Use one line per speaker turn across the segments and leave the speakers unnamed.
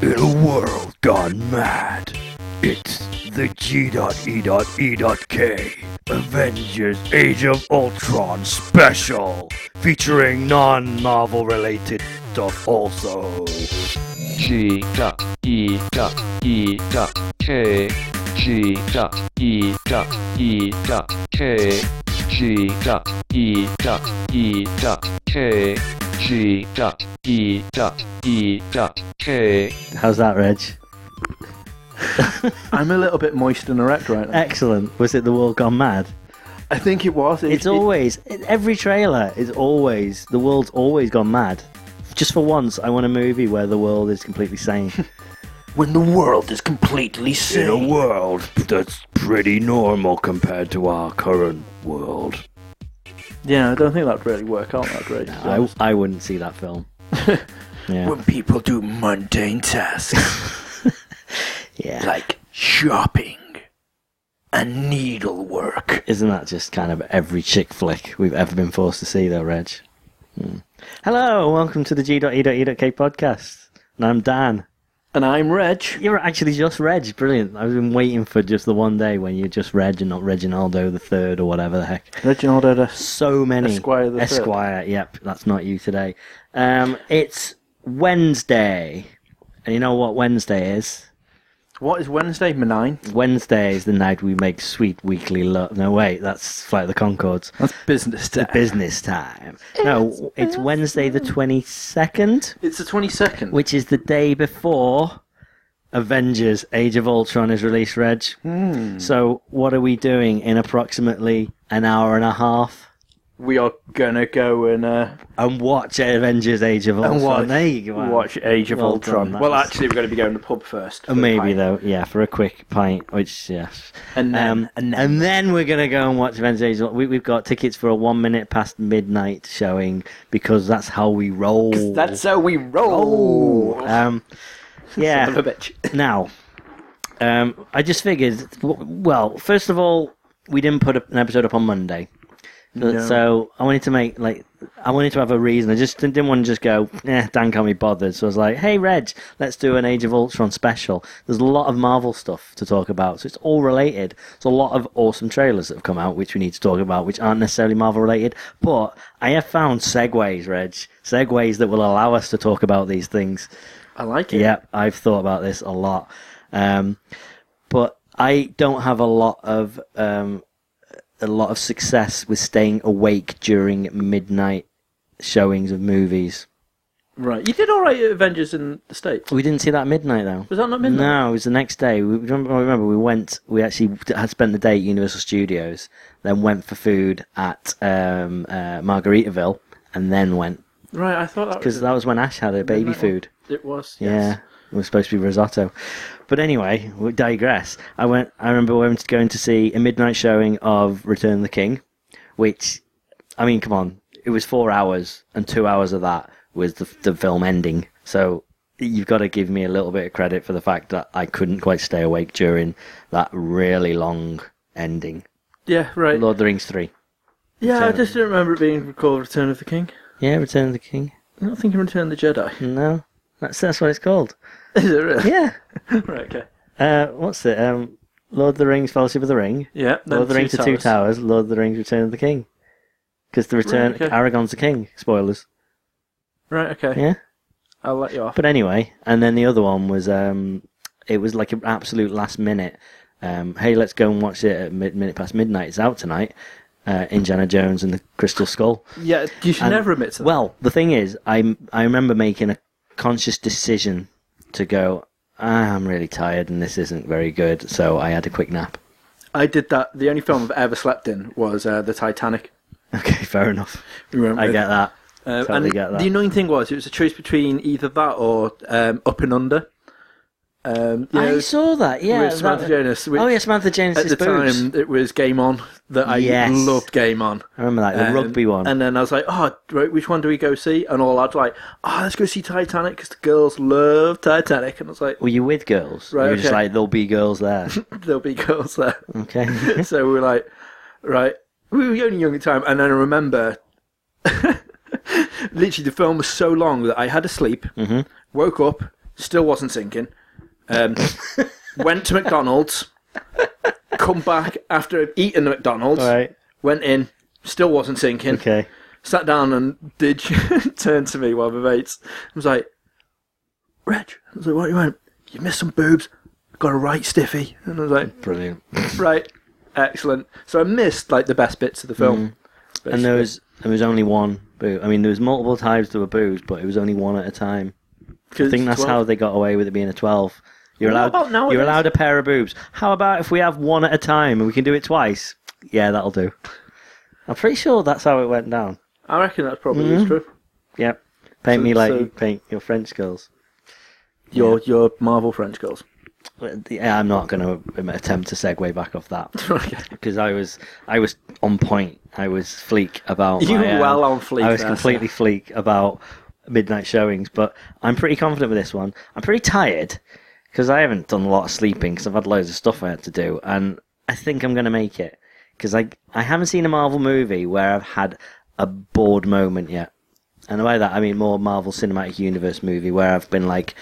The world gone mad. It's the E G.E.E.K Avengers Age of Ultron special, featuring non Marvel related stuff also.
G dot E dot E dot K. G dot E dot E dot K. G dot E dot E dot K. G dot E dot E dot K.
How's that, Reg?
I'm a little bit moist and erect right now.
Excellent. Was it the world gone mad?
I think it was. It,
Uh, It's
it-
always in every trailer is always the world's always gone mad. Just for once, I want a movie where the world is completely sane.
when the world is completely
In a
sick.
world that's pretty normal compared to our current world.
Yeah, I don't think that'd really work out that great. to be
I,
honest.
I wouldn't see that film. Yeah,
when people do mundane tasks
yeah.
like shopping and needlework.
Isn't that just kind of every chick flick we've ever been forced to see, though, Reg? Hmm. Hello, and welcome to the E G.E.E.K podcast. And I'm Dan.
And I'm Reg.
You're actually just Reg. Brilliant. I've been waiting for just the one day when you're just Reg and not Reginaldo the third or whatever the heck.
Reginald Otis.
So many.
Esquire the third.
Esquire, yep. That's not you today. Um, it's Wednesday. And you know what Wednesday is?
What is Wednesday? Nine.
Wednesday is the night we make sweet weekly love. No, wait, that's Flight of the Concords.
That's business day.
Business time. No, it's Wednesday the 22nd,
it's the 22nd.
which is the day before Avengers Age of Ultron is released, Reg.
Hmm.
So, what are we doing in approximately an hour and a half?
we are gonna go and uh,
And watch Avengers Age of Ultron.
and watch,
there you go.
watch Age of
Well
Ultron.
done, that
well,
was-
actually, we're going to be going to the pub first.
Uh,
for a
Maybe
pint.
though, yeah, for a quick pint, which yes, Um,
And then-
and, then. we're gonna go and watch Avengers. Age. We, we've got tickets for a one minute past midnight showing because that's how we roll.
That's how we roll.
um, yeah.
Son of a bitch.
Now, um, I just figured. w- Well, first of all, we didn't put up an episode up on Monday, so,
No.
so I wanted to make like I wanted to have a reason. I just didn't, didn't want to just go. Eh, Dan can't be bothered. So I was like, Hey, Reg, let's do an Age of Ultron special. There's a lot of Marvel stuff to talk about, so it's all related. There's a lot of awesome trailers that have come out, which we need to talk about, which aren't necessarily Marvel related. But I have found segues, Reg, segues that will allow us to talk about these things.
I like it.
Yeah, I've thought about this a lot. Um, but I don't have a lot of um, a lot of success with staying awake during midnight showings of movies.
Right. You did all right at Avengers in the States.
We didn't see that at midnight though.
Was that not midnight?
No, it was the next day. We, remember, I remember we went. We actually had spent the day at Universal Studios, then went for food at um, uh, Margaritaville, and then went
Right, I thought that
because
was.
that was when Ash had her baby
Midnight one.
food.
It was.
Yeah, it was supposed to be risotto. But anyway, we digress. I went. I remember we went going to see a midnight showing of Return of the King, which, I mean, come on, it was four hours, and two hours of that was the the film ending. So you've got to give me a little bit of credit for the fact that I couldn't quite stay awake during that really long ending.
Yeah, right.
Lord of the Rings three.
yeah, I
Return-
just don't remember it being called Return of the King.
Yeah, Return of the King.
I'm not thinking Return of the Jedi.
No, that's that's what it's called.
Is it really?
Yeah.
right, okay.
Uh, what's it? Um, Lord of the Rings, Fellowship of the Ring.
Yeah, then
Lord of the Rings to Two Towers, Lord of the Rings Return of the King. Because the return,
Right, okay.
Aragon's the king. Spoilers.
Right, okay.
Yeah.
I'll let you off.
But anyway, and then the other one was, um, it was like an absolute last minute. Um, hey, let's go and watch it at mid- minute past midnight. It's out tonight. Uh, Indiana Jones and the Crystal Skull.
yeah, you should
And-
never admit to that.
Well, the thing is, I I remember making a conscious decision to go. "Ah, I'm really tired, and this isn't very good. So I had a quick nap.
I did that. The only film I've ever slept in was uh, The Titanic.
Okay, fair enough.
Remember?
I get that.
Uh,
Totally
and
get that.
The annoying thing was, it was a choice between either that or um, Up and Under. Um, you know,
I saw that. Yeah,
with Samantha
that-
Jonas. Which
oh yeah, Samantha Jonas
At the
boobs.
time, it was Game On that I
Yes.
loved. Game On.
I remember that the
Um,
rugby one.
And then I was like, oh, right, which one do we go see? And all lads were like, oh, let's go see Titanic because the girls love Titanic. And I was like,
were you with girls?
Right,
you were just
okay.
like there'll be girls there.
there'll be girls there.
Okay.
so we were like, right, we were only young at the time. And then I remember,
Mm-hmm.
literally, the film was so long that I had to sleep, woke up, Still wasn't sinking. Um, went to McDonald's. Come back after I'd eaten the McDonald's.
Right.
Went in. Still wasn't sinking.
Okay.
Sat down and did you turn to me while my mates. I was like, Reg, I was like, what you went? You missed some boobs. Got a right stiffy. And I was like,
Brilliant.
right, excellent. So I missed like the best bits of the
Mm.
film.
And there was there was only one boo. I mean, there was multiple times there were boos, but it was only one at a time. I think that's how they got away with it being a twelve. You're
What
allowed.
about nowadays?
you're allowed a pair of boobs. How about if we have one at a time and we can do it twice? Yeah, that'll do. I'm pretty sure that's how it went down.
I reckon that's probably
Mm-hmm.
is true.
Yep. Paint
So-
me like
so-
you paint your French girls.
Your your Marvel French girls.
But, yeah, I'm not going to attempt to segue back off that
Okay.
because I was I was on point. I was fleek about.
You
my,
were
um,
well on fleek
I was
there,
completely fleek about midnight showings, but I'm pretty confident with this one. I'm pretty tired because I haven't done a lot of sleeping because I've had loads of stuff I had to do, and I think I'm going to make it because I I haven't seen a Marvel movie where I've had a bored moment yet. And by that, I mean more Marvel Cinematic Universe movie where I've been like,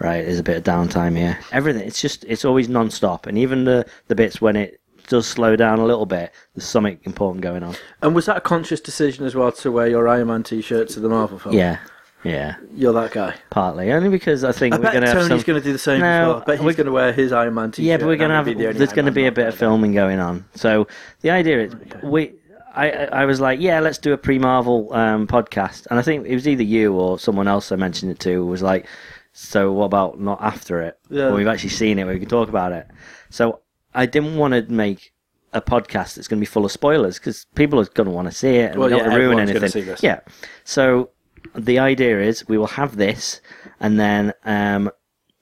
right, there's a bit of downtime here. Everything, it's just, it's always non-stop. And even the, the bits when it does slow down a little bit, there's something important going on.
And was that a conscious decision as well to wear your Iron Man T-shirt to the Marvel film?
Yeah. Yeah.
you're that guy.
Partly. Only because I think
I
we're
bet
going to have
Tony's
some...
going to do the same. as
No,
well. I bet
we're-
he's going to wear his Iron Man T-shirt.
Yeah, but we're
and
going to
that'll
have
be the only
there's
Iron
going to
Man
be a
not
bit of
wearing
filming going on. So the idea is we. I, I I was like, yeah, let's do a pre-Marvel um, podcast, and I think it was either you or someone else I mentioned it to was like, so what about not after it?
Yeah.
Well, we've actually seen it, we can talk about it. So I didn't want to make a podcast that's going to be full of spoilers because people are going to want to see it and
Well,
we don't
yeah,
want to ruin
everyone's gonna
anything.
see this.
Yeah. So the idea is we will have this, and then um,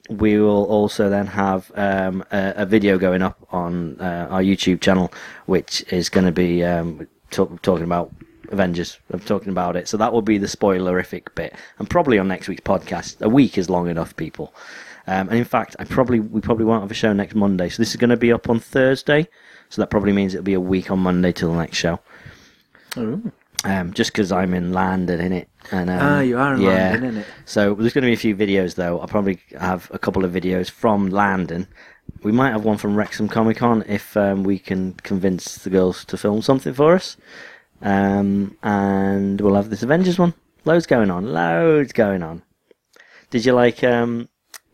we will also then have um, a, a video going up on uh, our YouTube channel, which is going to be um, talk, talking about Avengers. I'm talking about it, so that will be the spoilerific bit, and probably on next week's podcast. A week is long enough, people. Um, and in fact, I probably we probably won't have a show next Monday, so this is going to be up on Thursday. So that probably means it'll be a week on Monday till the next show. Um, just because I'm in London, innit? And, um,
Oh. Ah, you are in
yeah.
London, innit?
So there's going to be a few videos, though. I'll probably have a couple of videos from London. We might have one from Wrexham Comic Con if um, we can convince the girls to film something for us. Um, and we'll have this Avengers one. Loads going on. Loads going on. Did you like. Um,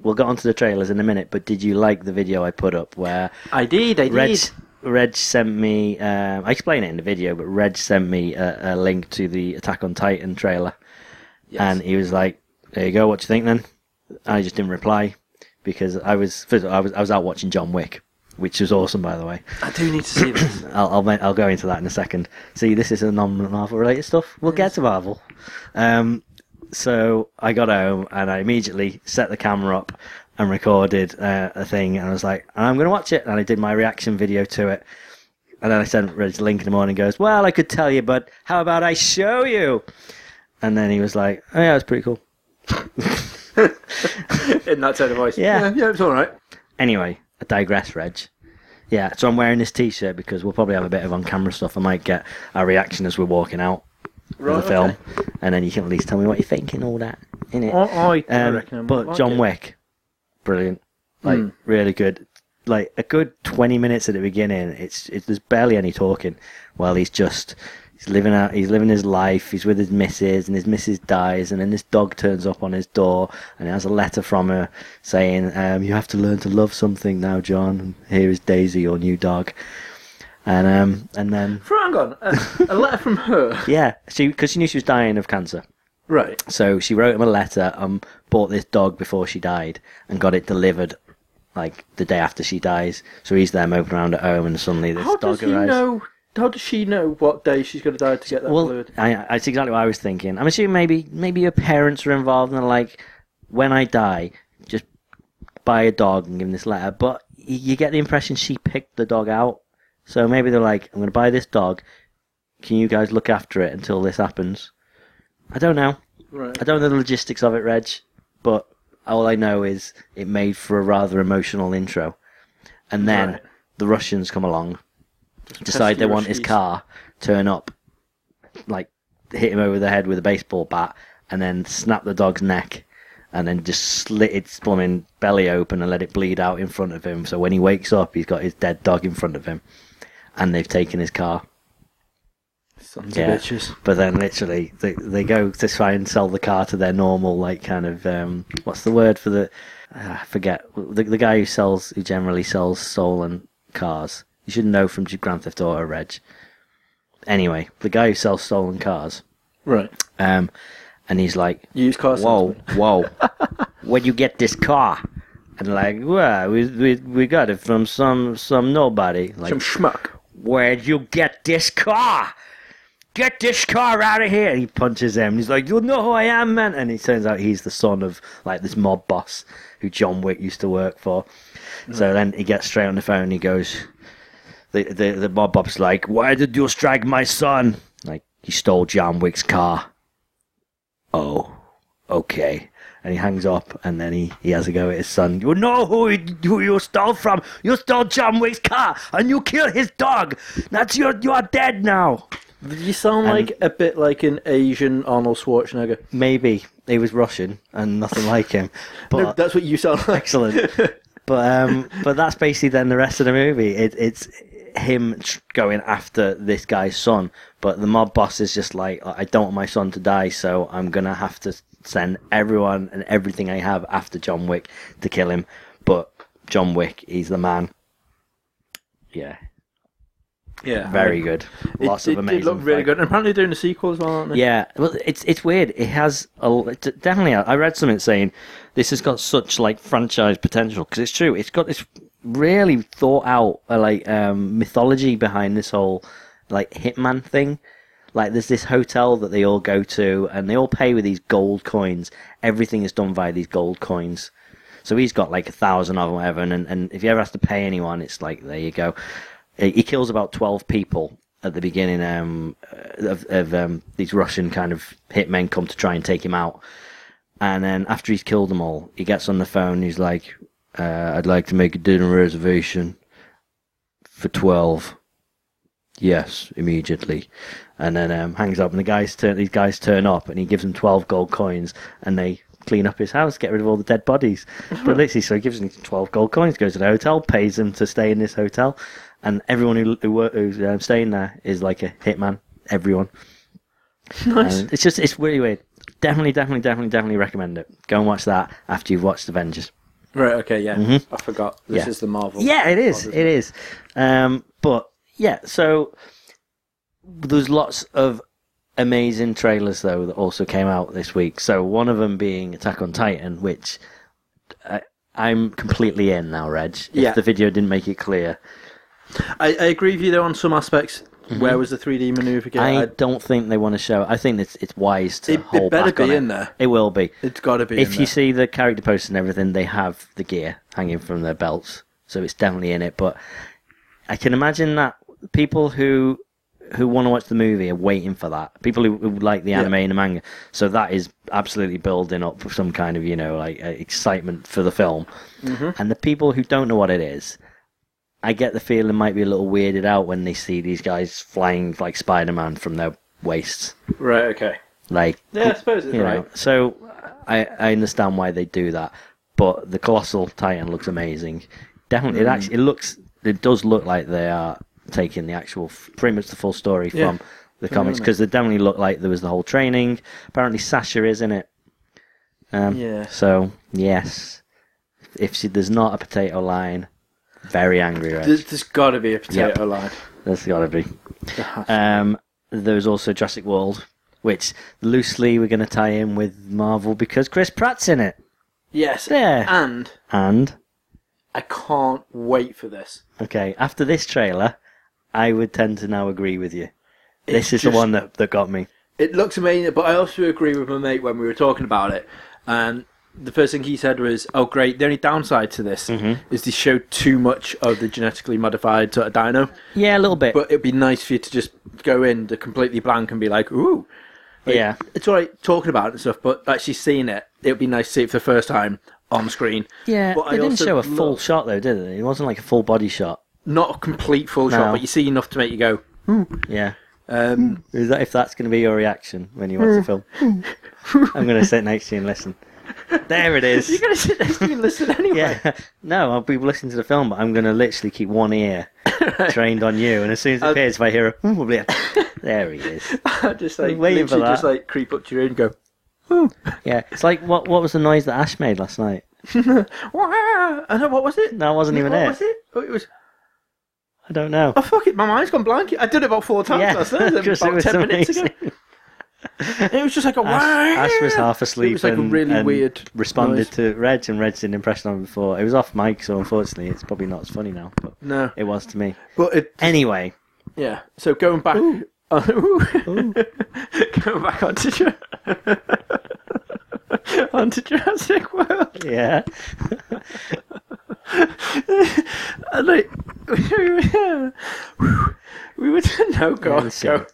we'll get onto the trailers in a minute, but did you like the video I put up where.
I did. I did.
Reg, Reg sent me. Um, I explain it in the video, but Reg sent me a, a link to the Attack on Titan trailer, and he was like, "There you go. What do you think?" Then I just didn't reply because I was first of all, I was I was out watching John Wick, which was awesome, by the way.
I do need to see this.
I'll I'll, ma- I'll go into that in a second. See, this is a non-Marvel related stuff. We'll get to Marvel. Um, so I got home and I immediately set the camera up and recorded uh, a thing, and I was like, "I'm going to watch it," and I did my reaction video to it. And then I sent Reg the link in the morning. and Goes, well, I could tell you, but how about I show you? And then he was like, "Oh yeah, it's pretty cool."
In that tone of voice.
Yeah.
yeah, it's all right.
Anyway, I digress, Reg. Yeah, so I'm wearing this T-shirt because we'll probably have a bit of on-camera stuff. I might get our reaction as we're walking out of the film,
okay.
and then you can at least tell me what you think and all that, innit?
I, I, I
Um,
reckon. I might
but
like
John
it. Hmm.
Wick, brilliant, like really good. Like a good twenty minutes at the beginning, it's it, there's barely any talking. While he's just he's living out, he's living his life. He's with his missus, and his missus dies, and then this dog turns up on his door, and it has a letter from her saying, um, "You have to learn to love something now, John. And here is Daisy, your new dog." And um, and then
Hang on. A, a letter from her.
yeah, she because she knew she was dying of cancer.
Right.
So she wrote him a letter and bought this dog before she died and got it delivered like the day after she dies. So he's there moping around at home and suddenly this
How
dog
does he
arrives.
know? How does she know what day she's going to die to get that
Well,
fluid?
I, I- it's exactly what I was thinking. I'm assuming maybe maybe your parents are involved and they're like, when I die, just buy a dog and give him this letter. But y- you get the impression she picked the dog out. So maybe they're like, I'm going to buy this dog. Can you guys look after it until this happens? I don't know.
Right.
I don't know the logistics of it, Reg, but all I know is it made for a rather emotional intro. And then
Right.
the Russians come along, decide they
pesky
want his
Russians.
car, turn up, like hit him over the head with a baseball bat, and then snap the dog's neck. and then just slit its plumbing belly open and let it bleed out in front of him. So when he wakes up, he's got his dead dog in front of him, and they've taken his car.
Sons
Yeah.
of bitches.
But then literally they, they go to try and sell the car to their normal like kind of um, what's the word for the ah, I forget the, the guy who sells who generally sells stolen cars. You should know from Grand Theft Auto Reg. Anyway, the guy who sells stolen cars,
Right.
um, and he's like,
Used car
"Whoa,
salesman.
whoa, where'd you get this car?" And like, well, we, we we got it from some some nobody. Like,
Some schmuck.
Where'd you get this car? Get this car out of here! He punches him. He's like, "You know who I am, man!" And it turns out he's the son of like this mob boss who John Wick used to work for. So then he gets straight on the phone. and He goes, "The the the mob boss like, why did you strike my son?" Like he stole John Wick's car. Oh, okay. And he hangs up, and then he, he has a go at his son. You know who he, who you stole from? You stole John Wick's car, and you killed his dog. That's your you are dead now.
You sound like a bit like an Asian Arnold Schwarzenegger.
Maybe he was Russian and nothing like him, but
No, that's what you sound like.
excellent. but um, but that's basically then the rest of the movie. It, it's him tr- going after this guy's son, but the mob boss is just like, I don't want my son to die, so I'm gonna have to send everyone and everything I have after John Wick to kill him. But John Wick, he's the man. Yeah,
Yeah.
very good.
Um, It,
Lots
it
of amazing.
did look really
fight-
good. And apparently they're doing a sequel as well, aren't they?
yeah, well, it's it's weird. It has a l- it d- definitely. I read something saying this has got such like franchise potential because it's true. It's got this really thought out uh, like um, mythology behind this whole like hitman thing. Like there's this hotel that they all go to and they all pay with these gold coins. Everything is done via these gold coins. So he's got like a thousand of them, whatever, and, and if he ever has to pay anyone, it's like there you go. He he kills about twelve people at the beginning um, of, of um, these Russian kind of hitmen come to try and take him out, and then after he's killed them all, he gets on the phone. He's like, uh, "I'd like to make a dinner reservation for twelve. Yes, immediately. And then um, hangs up, and the guys turn. These guys turn up, and he gives them twelve gold coins, and they clean up his house, get rid of all the dead bodies. but literally, so he gives them twelve gold coins, goes to the hotel, pays them to stay in this hotel, and everyone who who, wor- who's um, staying there is like a hitman. Everyone.
Nice.
And it's just it's really weird. Definitely, definitely, definitely, definitely recommend it. Go and watch that after you've watched Avengers.
Right, okay, yeah. I forgot. This
Mm-hmm. Yeah.
is the Marvel.
Yeah, it is. It is. Um, but yeah, so there's lots of amazing trailers though that also came out this week. So one of them being Attack on Titan, which I, I'm completely in now, Reg. If
Yeah.
the video didn't make it clear,
I, I agree with you though on some aspects. Where was the 3D maneuver? game?
Mm-hmm. I
I-
don't think they want to show. I think it's it's wise to
It- it
hold
better
back on
be
it.
in there.
It will be.
it's got to be.
if
in
you
there.
see the character posts and everything, they have the gear hanging from their belts, so it's definitely in it. But I can imagine that people who who want to watch the movie are waiting for that. People who, who like the anime and the manga, so that is absolutely building up for some kind of you know like uh, excitement for the film.
Mm-hmm.
And the people who don't know what it is, I get the feeling might be a little weirded out when they see these guys flying like Spider Man from their waists,
right, okay.
like
Yeah, I suppose it's
you
right.
know, so I I understand why they do that, but the colossal titan looks amazing. Definitely,
Mm.
it actually it looks it does look like they are taking the actual f- pretty much the full story
Yeah.
from the comics because they definitely look like there was the whole training. Apparently, Sasha is in it. Um,
Yeah.
So yes, if she, there's not a potato line, very angry. Right?
There's, there's got to be a potato
Yep.
line.
That's got to be. Um, there was also Jurassic World, which loosely we're going to tie in with Marvel because Chris Pratt's in it.
Yes.
There.
And
And,
I can't wait for this.
okay, after this trailer, I would tend to now agree with you. This
It's
is the
just-
one that, that got me.
It looks amazing, but I also agree with my mate when we were talking about it. And the first thing he said was, "Oh, great. The only downside to this
Mm-hmm.
is they showed too much of the genetically modified sort of dino.
Yeah, a little bit.
But it'd be nice for you to just go in to completely blank and be like, ooh." Like,
yeah.
it's all right talking about it and stuff, but actually seeing it, it would be nice to see it for the first time on screen.
Yeah,
but
they
I
didn't
also
show a full
love-
shot, though, did they? It wasn't like a full body shot.
Not a complete full
No.
shot, but you see enough to make you go,
Yeah.
um,
Is that if that's going to be your reaction when you watch the film? I'm going to sit next to you and listen. There it is.
You're gonna sit next to me and listen anyway.
Yeah. No, I'll be listening to the film, but I'm going to literally keep one ear trained on you. And as soon as it
Um,
appears, if I hear a, "Hmm," yeah, there he is.
just like
I'm waiting
literally
for
just
that.
like creep up to your ear and go.
Yeah. It's like, what What was the noise that Ash made last night?
Wow! I know what was it?
That wasn't even
what
it.
was it? Oh, it was.
I don't know.
Oh fuck it! My mind's gone blank. I did it about four times
yeah.
last night. About
Because it
ten
was
minutes ago.
amazing.
And it was just like a wow.
Ash, Ash was half asleep.
It was like a
and,
really
and
weird
Responded
noise.
to Reg, and Reg did an impression on him before. It was off mic, so unfortunately, it's probably not as funny now. But
No,
it was to me.
but it
Anyway,
yeah. So going back,
Ooh.
Uh, ooh.
Ooh.
going back onto Ju- onto Jurassic World.
yeah,
And like we were, we were no go
Really
go
silly.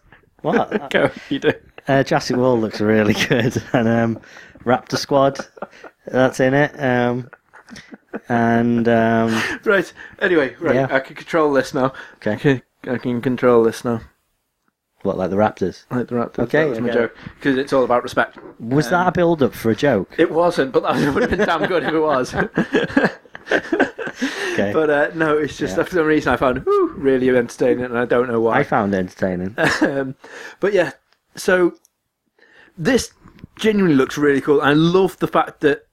what?
go you do.
Uh, Jurassic World looks really good, and um, Raptor Squad, that's in it. Um, and um,
Right. Anyway, right.
Yeah.
I can control this now.
Okay.
I can, I can control this now.
what, like the Raptors?
Like the raptor.
Okay,
That was my
okay.
joke. Because it's all about respect.
Was that
Um,
a build-up for a joke?
It wasn't, but that would have been damn good if it was.
Okay,
but uh, no, it's just
Yeah.
for some reason I found whew, really entertaining, and I don't know
I
why.
found it entertaining.
um, but yeah, so this genuinely looks really cool. I love the fact that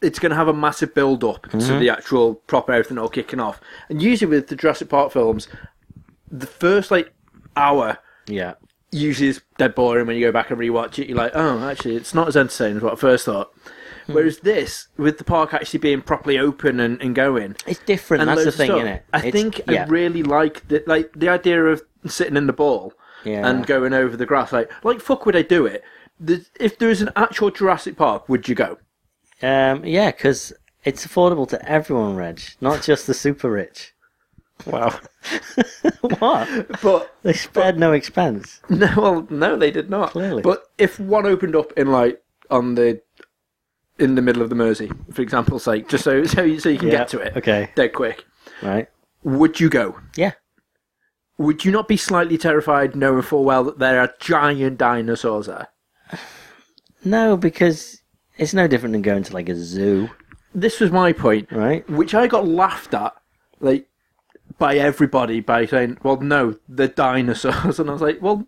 it's going to have a massive build up to the actual proper everything all kicking off. And usually with the Jurassic Park films, the first like hour
yeah,
usually is dead boring when you go back and rewatch it. You're like, oh, actually, it's not as entertaining as what I first thought. Whereas this, with the park actually being properly open and, and going,
it's different.
and
that's the
loads of
thing,
stuff,
isn't it?
I think I really like the, like the idea of sitting in the ball
Yeah.
and going over the grass. Like, like fuck, would I do it? The, if there is an actual Jurassic Park, would you go?
Um, yeah, because it's affordable to everyone, Reg, not just the super rich.
Wow.
what?
But
They spared no expense.
no, well, no, they did not.
Clearly.
But if one opened up in like on the in the middle of the Mersey, for example's sake, just so so, so you can
Yeah,
get to it,
Okay,
dead quick.
right.
Would you go?
Yeah.
Would you not be slightly terrified knowing full well that there are giant dinosaurs there?
No, because it's no different than going to like a zoo,
This was my point,
right?
which I got laughed at, like by everybody by saying, "Well, no, they're dinosaurs," and I was like, "Well,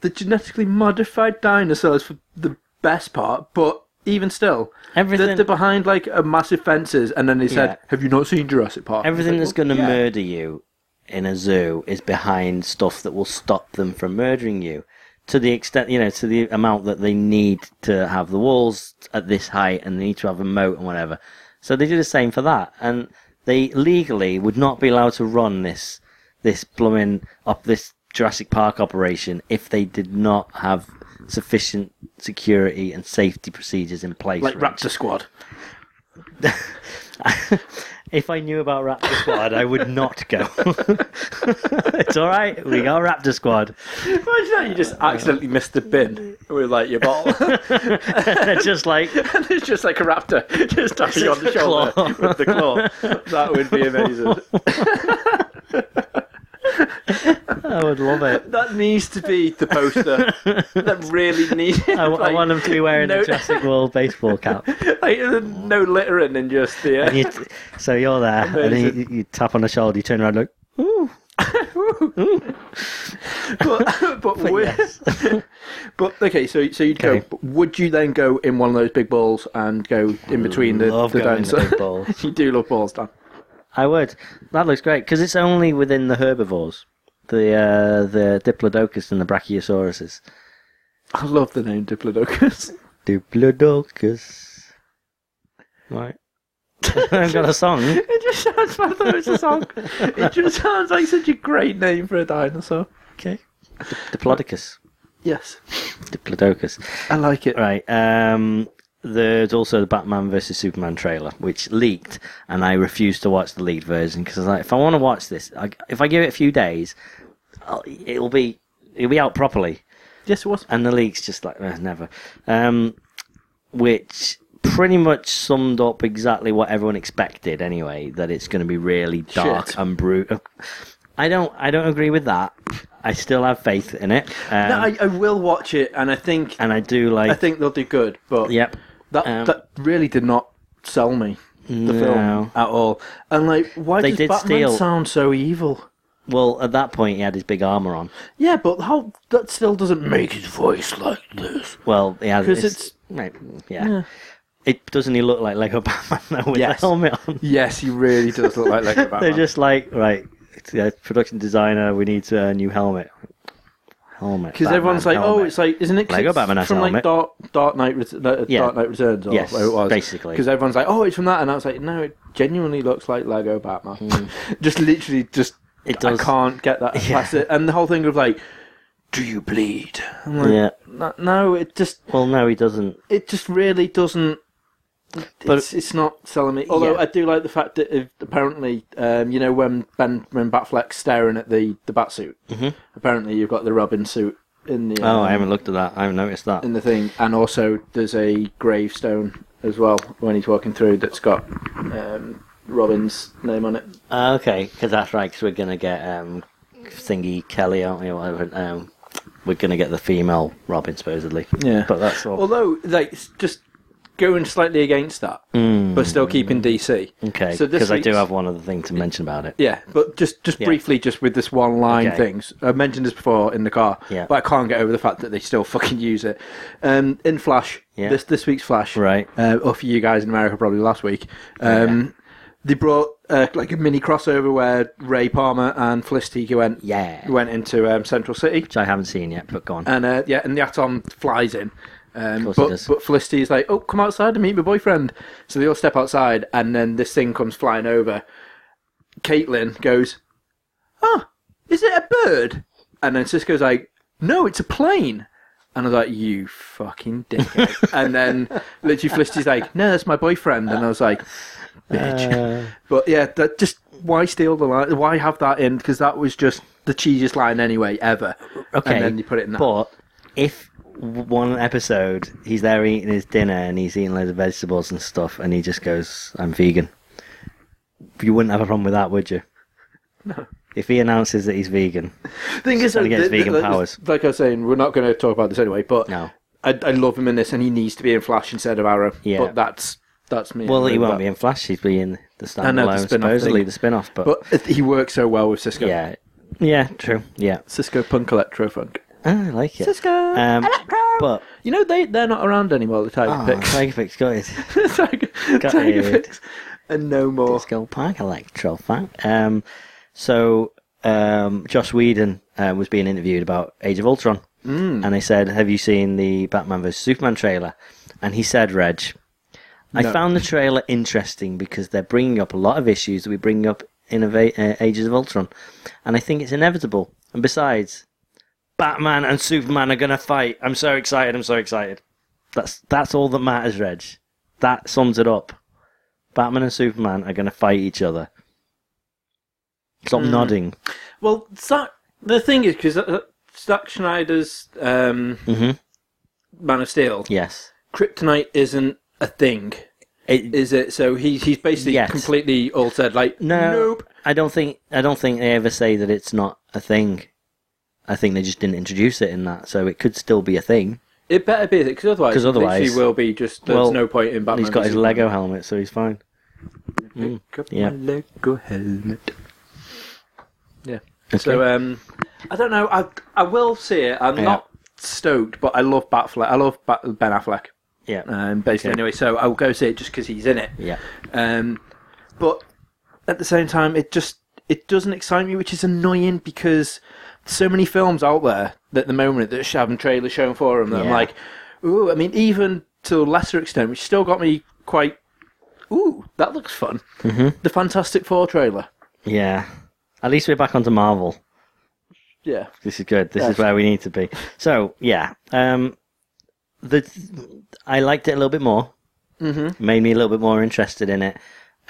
the genetically modified dinosaurs for the best part, but even still,
Everything-
they're, they're behind like a massive fences." And then they said,
Yeah.
"Have you not seen Jurassic Park?" I was
Everything
like,
that's
"Well,
going to
yeah."
murder you in a zoo is behind stuff that will stop them from murdering you. To the extent, you know, to the amount that they need to have the walls at this height and they need to have a moat and whatever. So they do the same for that. And they legally would not be allowed to run this, this blooming, up this Jurassic Park operation if they did not have sufficient security and safety procedures in place.
like
right?
Raptor Squad.
if I knew about Raptor Squad, I would not go. it's all right. We got Raptor Squad.
Imagine that you just accidentally missed the bin with like your bottle,
They're just like
and it's just like a raptor just tapping you on the
It's a
shoulder
claw.
with the claw. That would be amazing.
I would love it.
That needs to be the poster. that really needs.
I, w- I
like,
want them to be wearing
no-
a Jurassic World baseball cap.
like, uh, no littering and just the.
And
Uh,
you t- so you're there, and then you, you tap on the shoulder, you turn around, like, ooh,
but, but, would-
yes.
but okay, so so you'd
Okay.
go. But would you then go in one of those big balls and go in between the,
love
the
going in the
dinosaur?
big balls.
you do love balls, Dan.
I would. That looks great because it's only within the herbivores, the uh, the Diplodocus and the Brachiosauruses.
I love the name Diplodocus.
Diplodocus. Right. I've got a song.
It just sounds like though it's a song. It just sounds like such a great name for a dinosaur.
Okay. Diplodocus.
Yes,
Diplodocus.
I like it.
Right. Um, there's also the Batman versus Superman trailer, which leaked, and I refused to watch the leaked version because like, if I want to watch this, I, if I give it a few days, I'll, it'll be it'll be out properly,
Yes, it was.
and the leaks just like eh, never. Um, which pretty much summed up exactly what everyone expected anyway that it's going to be really dark
Shit.
and brutal. I don't I don't agree with that. I still have faith in it. Um,
no, I, I will watch it, and I think
and I do like
I think they'll do good. But
Yep.
That
Um,
that really did not sell me the
No.
film at all. And like, why
They
does
did
Batman
steal-
sound so evil?
Well, at that point, he had his big armor on.
Yeah, but how that still doesn't make his voice like this.
Well, he had
'Cause
his-
it's-
right, yeah. It doesn't he look like Lego Batman though with
Yes.
the helmet on?
Yes, he really does look like Lego Batman.
They're just like right, it's, uh, production designer. We need uh, a new helmet. Helmet.
because
Batman
everyone's like, oh,
helmet.
it's like, isn't it 'cause
Lego
it's
Batman has
from
a
like
helmet.
Dark Dark Knight, Ret- uh,
Yeah.
Dark Knight Returns or
Yes,
whatever it was,
basically.
Because everyone's like, oh, it's from that, and I was like, no, it genuinely looks like Lego Batman. just literally, just
Hmm. It
I
does.
can't get that
Yeah.
past it. And the whole thing of like, do you bleed? I'm like,
yeah.
"No- no, it just
Well, no, he doesn't.
it just really doesn't.
But-
it's, it's not selling me. Although
Yeah.
I do like the fact that if, apparently, um, you know, when Ben when Batfleck's staring at the the batsuit, mm apparently you've got the Robin suit in the
Mm-hmm. Oh,
um,
I haven't looked at that. I haven't noticed that.
in the thing, and also there's a gravestone as well when he's walking through that's got um, Robin's name on it.
Uh, okay, because that's right. Because we're gonna get um, thingy Kelly, aren't we? or Whatever. Um, we're gonna get the female Robin supposedly.
Yeah.
but that's all.
Although, like, it's just going slightly against that, but still keeping DC.
Hmm. okay,
so this
because I do
week's-
have one other thing to mention about it.
Yeah, but just just
Yeah.
briefly, just with this one line
Okay.
things. I mentioned this before in the car,
Yeah.
but I can't get over the fact that they still fucking use it. Um, in Flash,
Yeah.
this this week's Flash,
Right.
Uh, or for you guys in America, probably last week. Um, They brought uh, like a mini crossover where Ray Palmer and Felicity went
Yeah.
went into um, Central City,
Which I haven't seen yet, but go on.
and uh, yeah, and the Atom flies in. Um,
course he
but,
does.
but Felicity is like, oh, come outside and meet my boyfriend. So they all step outside, and then this thing comes flying over. Caitlin goes, oh, is it a bird? And then Cisco's like, no, it's a plane. And I was like, you fucking dickhead. and then literally Felicity's like, no, that's my boyfriend. And I was like, bitch.
Uh.
But yeah, that just why steal the line? Why have that in? Because that was just the cheesiest line anyway ever.
okay,
And then you put it in that.
But if w- one episode he's there eating his dinner and he's eating loads of vegetables and stuff, and he just goes, "I'm vegan," you wouldn't have a problem with that, would you? No. If he announces that he's vegan,
thing is, uh,
trying to get his
th- th-
vegan
like,
powers.
Like I was saying, we're not going to talk about this anyway. But
no.
I, I love him in this, and he needs to be in Flash instead of Arrow.
Yeah.
but that's that's me.
Well, he
But-
won't be in Flash. He'd be in the
I know, the
standalone,
spin-off
supposedly
thing.
the spin-off. But,
But it- he works so well with Cisco.
yeah, yeah, true. Yeah,
Cisco Punk Electro Funk.
Ah, I like it.
Cisco
Um,
Electro.
But
You know they they're not around anymore. The Tiger
oh,
Picks.
Tiger Fix got it.
Tiger, Tiger
it.
Picks. And no more.
Skull Park Electro fan. Um, so um, Josh Whedon uh, was being interviewed about Age of Ultron, mm. and they said, "Have you seen the Batman vs Superman trailer?" And he said, "Reg, I
No.
found the trailer interesting because they're bringing up a lot of issues that we bring up in Ava- uh, Ages of Ultron, and I think it's inevitable. And besides, Batman and Superman are gonna fight. I'm so excited. I'm so excited. That's that's all that matters, Reg. That sums it up. Batman and Superman are going to fight each other. Stop
Mm.
nodding.
Well, Zack. The thing is, because Zack Schneider's um,
Mhm.
Man of Steel,
Yes.
Kryptonite isn't a thing.
It,
Is it? So he's he's basically
Yes.
completely altered. Like
no,
nope.
I don't think I don't think they ever say that it's not a thing. I think they just didn't introduce it in that, so it could still be a thing.
It better be because otherwise,
'Cause otherwise-
he will be just. There's
Well,
no point in Batman.
He's got his
versus
Lego helmet, so he's fine.
Superman. Pick up
yeah.
my Lego helmet. Yeah.
Okay.
So um, I don't know. I I will see it. I'm
Yeah.
not stoked, but I love Batfleck. I love Bat- Ben Affleck.
Yeah.
Um, basically,
Okay.
anyway. So I'll go see it just because he's in it.
yeah.
Um, but at the same time, it just it doesn't excite me, which is annoying because so many films out there at the moment that are having trailers shown for them. That I'm
Yeah.
like, ooh. I mean, even to a lesser extent, which still got me quite. Ooh, that looks fun. Mm-hmm. The Fantastic Four trailer.
Yeah. At least we're back onto Marvel.
Yeah.
This is good. This
Yes.
is where we need to be. So yeah, um, the I liked it a little bit more. Mm-hmm. Made me a little bit more interested in it.